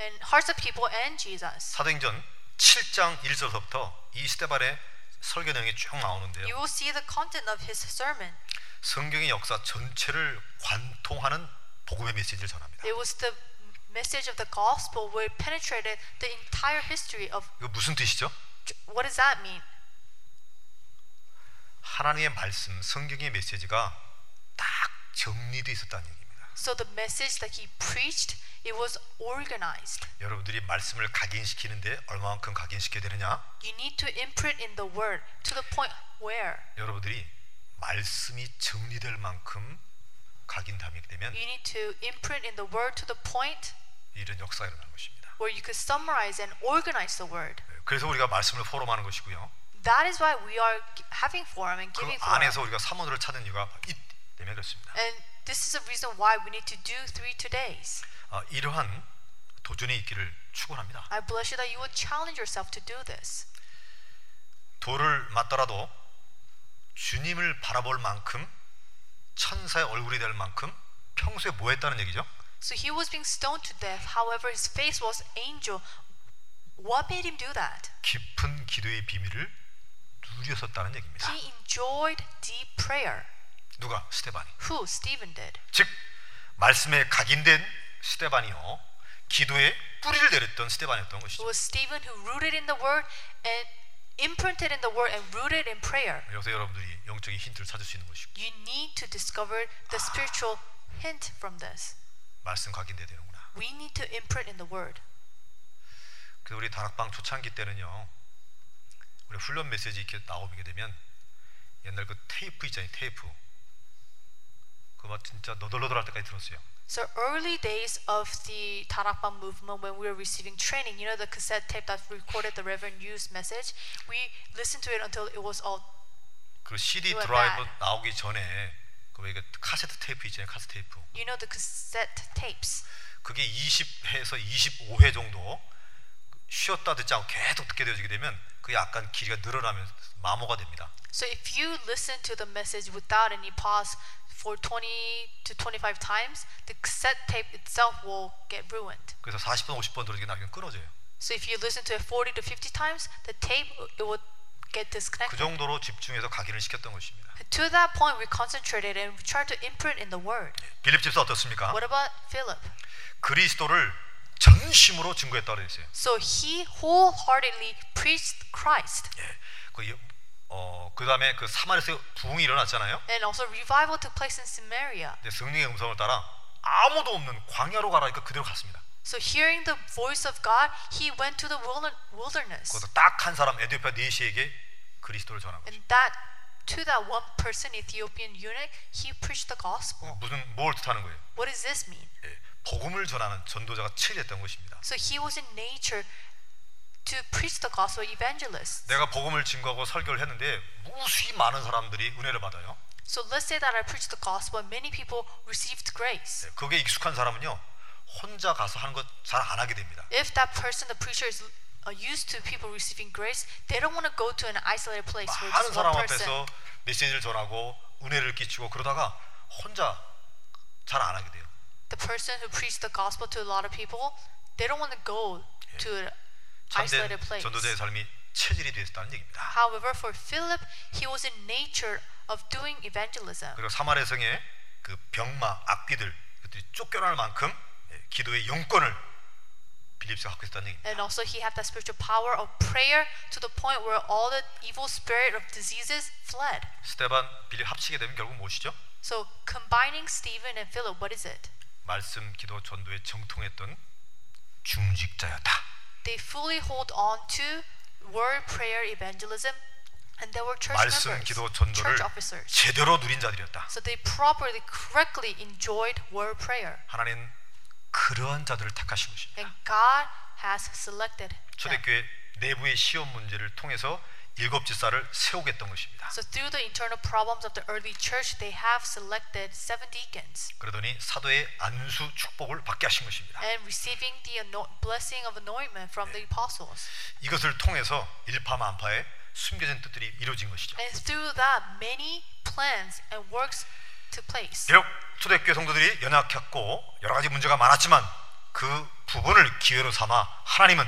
A: and hearts of people and Jesus.
B: 사도행전 7장 1절부터 이 스테반의 설교 내용이 쭉 나오는데요.
A: You will see the content of his sermon.
B: 성경의 역사 전체를 관통하는 복음의 메시지를 전합니다.
A: It was the message of the gospel where it penetrated the entire history of
B: 이거 무슨 뜻이죠?
A: what does that mean?
B: 하나님의 말씀, 성경의 메시지가 딱 정리돼 있었다는 얘기입니다.
A: So the message that he preached, it was organized.
B: 여러분들이 말씀을 각인시키는데 얼마만큼 각인시켜야 되느냐?
A: You need to imprint in the word to the point where
B: 여러분들이 말씀이 정리될 만큼 각인함이 되면
A: you need to imprint in the word to the point
B: 이런 역사가 일어나는 것입니다. 네,
A: where you could summarize and organize the word.
B: 그래서 우리가 말씀을 포럼하는 것이고요.
A: That is why we are g- having forum and
B: 그
A: giving forum.
B: 안에서 우리가 사모들을 찾는 이유가 이 때문에 그렇습니다.
A: And this is the reason why we need to do three todays.
B: 아, 이러한 도전이 있기를 축원합니다.
A: I bless you that you will challenge yourself to do this.
B: 돌을 맞더라도 주님을 바라볼 만큼 천사의 얼굴이 될 만큼 평소에 뭐 했다는 얘기죠?
A: So he was being stoned to death. However, his face was angel. What made him do that?
B: 깊은 기도의 비밀을 누렸었다는 얘기입니다.
A: He enjoyed deep prayer.
B: 누가? 스테반이.
A: Who? Stephen did.
B: 즉 말씀에 각인된 스테반이요. 기도에 뿌리를 내렸던 스테반이었던
A: It
B: 것이죠.
A: was Stephen who rooted in the word and imprinted in the word and rooted in prayer.
B: 여기서 여러분들이 영적인 힌트를 찾을 수 있는 것이고
A: You need to discover the spiritual hint from this.
B: 말씀 각인돼야 되는구나.
A: We need to imprint in the word.
B: 그래서 우리 다락방 초창기 때는요. 우리 훈련 메시지 이렇게 나오게 되면 옛날 그 테이프 있잖아요. 테이프. 그거 막 진짜 너덜너덜할 때까지 들었어요.
A: So early days of the Tarakpa movement, when we were receiving training, you know the cassette tape that recorded the Reverend Yu's message, we listened to it until it was all.
B: 그 CD
A: 그거
B: 드라이브
A: 나-
B: 나오기 전에 그왜 카세트 테이프 있잖아요. 카세트 테이프.
A: You know the cassette tapes.
B: 그게 20회에서 25회 정도 쉬었다 듣지 않고 계속 듣게 되어지게 되면 그게 약간 길이가 늘어나면서 마모가 됩니다.
A: So if you listen to the message without any pause for 20 to 25 times, the cassette tape itself will get ruined.
B: 그래서 40번, 50번 들어지게 나중에 끊어져요.
A: So if you listen to it 40 to 50 times, the tape it will get
B: 그
A: disconnected.
B: 정도로 집중해서 각인을 시켰던 것입니다.
A: To that point, we concentrated and we tried to imprint in the word.
B: 빌립 집사 어떻습니까?
A: What about Philip?
B: 그리스도를 전심으로 증거했다고 그랬어요.
A: So he wholeheartedly preached Christ.
B: 예. 그 여- 어, 그다음에 그 사마리아에서 부흥이 일어났잖아요.
A: And also revival took place in Samaria.
B: 근데 성령의 음성을 따라 아무도 없는 광야로 가라니까 그대로 갔습니다.
A: So hearing the voice of God, he went to the wilder- wilderness.
B: 그것도 딱 한 사람 에디오피아 네시에게 그리스도를 전한 거죠.
A: And that to that one person Ethiopian eunuch, he preached the gospel.
B: 무슨 뭘 뜻하는 거예요?
A: What does this mean?
B: 예, 복음을 전하는 전도자가 체리했던 것입니다.
A: So he was in nature to preach the gospel evangelist.
B: 내가 복음을 증거하고 설교를 했는데 무수히 많은 사람들이 은혜를 받아요.
A: So let's say that I preached the gospel and many people received grace.
B: 예, 그게 익숙한 사람은요 혼자 가서 하는 거 잘 안 하게 됩니다.
A: If that person, the preacher, is uh, used to people receiving grace, they don't want to go to an isolated place where
B: 많은
A: just
B: 사람
A: one person
B: 앞에서 메시지를 전하고 은혜를 끼치고 그러다가 혼자 잘 안 하게 돼요.
A: the person who preached the gospel to a lot of people, they don't want to go to an isolated
B: 참된
A: place.
B: 전도자의 삶이 체질이 되었다는 얘기입니다.
A: However, for Philip, he was in nature of doing evangelism.
B: 그리고 사마리아 성의 그 병마 악귀들 그들이 쫓겨날 만큼 예, 기도의 영권을 빌립스가 갖고 있다는 얘기입니다.
A: And also, he had that spiritual power of prayer to the point where all the evil spirit of diseases fled.
B: 스테반 빌립 합치게 되면 결국 무엇이죠?
A: So, combining Stephen and Philip, what is it?
B: 말씀 기도 전도에 정통했던 중직자였다.
A: They fully hold on to word, prayer, evangelism, and they were church
B: 말씀
A: members,
B: 기도 전도를
A: church officers.
B: 제대로 누린 자들이었다.
A: So they properly, correctly enjoyed word prayer.
B: 하나님 그러한 자들을 택하신
A: And
B: 것입니다.
A: God has selected them.
B: 초대교회 내부의 시험 문제를 통해서 일곱 지사를 세우겠던 것입니다.
A: So through the internal problems of the early church, they have selected seven deacons
B: 그러더니 사도의 안수 축복을 받게 하신 것입니다.
A: and receiving the anoint- blessing of anointment from the apostles.
B: 이것을 통해서 일파만파의 숨겨진 뜻들이 이루어진 것이죠.
A: And through that, many plans and works took place.
B: 비록 초대교회 성도들이 연약했고 여러 가지 문제가 많았지만 그 부분을 기회로 삼아 하나님은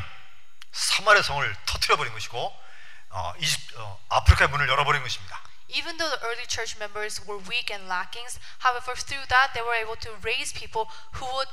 B: 사마리아 성을 터뜨려 버린 것이고 어, 이집- 어, 아프리카의 문을 열어버린 것입니다.
A: Even though the early church members were weak and lackings, however, through that, they were able to raise people who would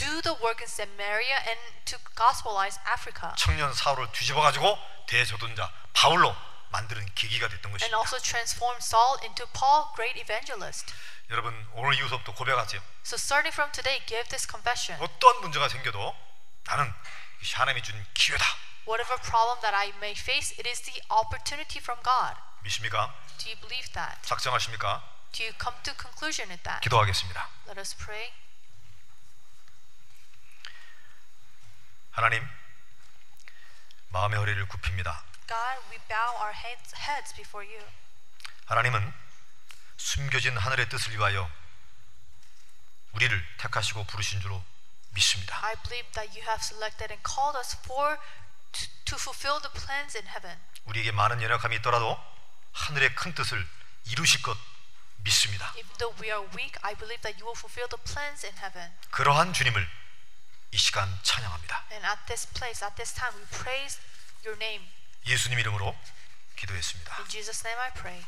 A: do the work in Samaria and to gospelize Africa.
B: 청년 사울을 뒤집어 가지고 대조둔자 바울로 만드는 계기가 됐던
A: And
B: 것입니다.
A: also transform Saul into Paul, great evangelist.
B: 여러분 오늘 이후서부터 고백하세요.
A: So starting from today, give this confession.
B: 어떠한 문제가 생겨도 나는 이것이 하나님이 준 기회다.
A: Whatever problem that I may face, it is the opportunity from God.
B: 믿습니까?
A: Do you believe that?
B: 작정하십니까?
A: Do you come to conclusion with that?
B: 기도하겠습니다.
A: Let us pray.
B: 하나님 마음의 허리를 굽힙니다.
A: God, we bow our heads, heads before you.
B: 하나님은 숨겨진 하늘의 뜻을 위하여 우리를 택하시고 부르신 줄로 믿습니다.
A: I believe that you have selected and called us for to, to fulfill the plans in heaven.
B: 우리에게 많은 연약함이 있더라도 하늘의 큰 뜻을 이루실 것 믿습니다.
A: Even though we are weak, I believe that you will fulfill the plans in heaven.
B: 그러한 주님을 이 시간 찬양합니다.
A: And at this place, at this time, we praise your name.
B: 예수님 이름으로 기도했습니다.
A: In Jesus' name I pray.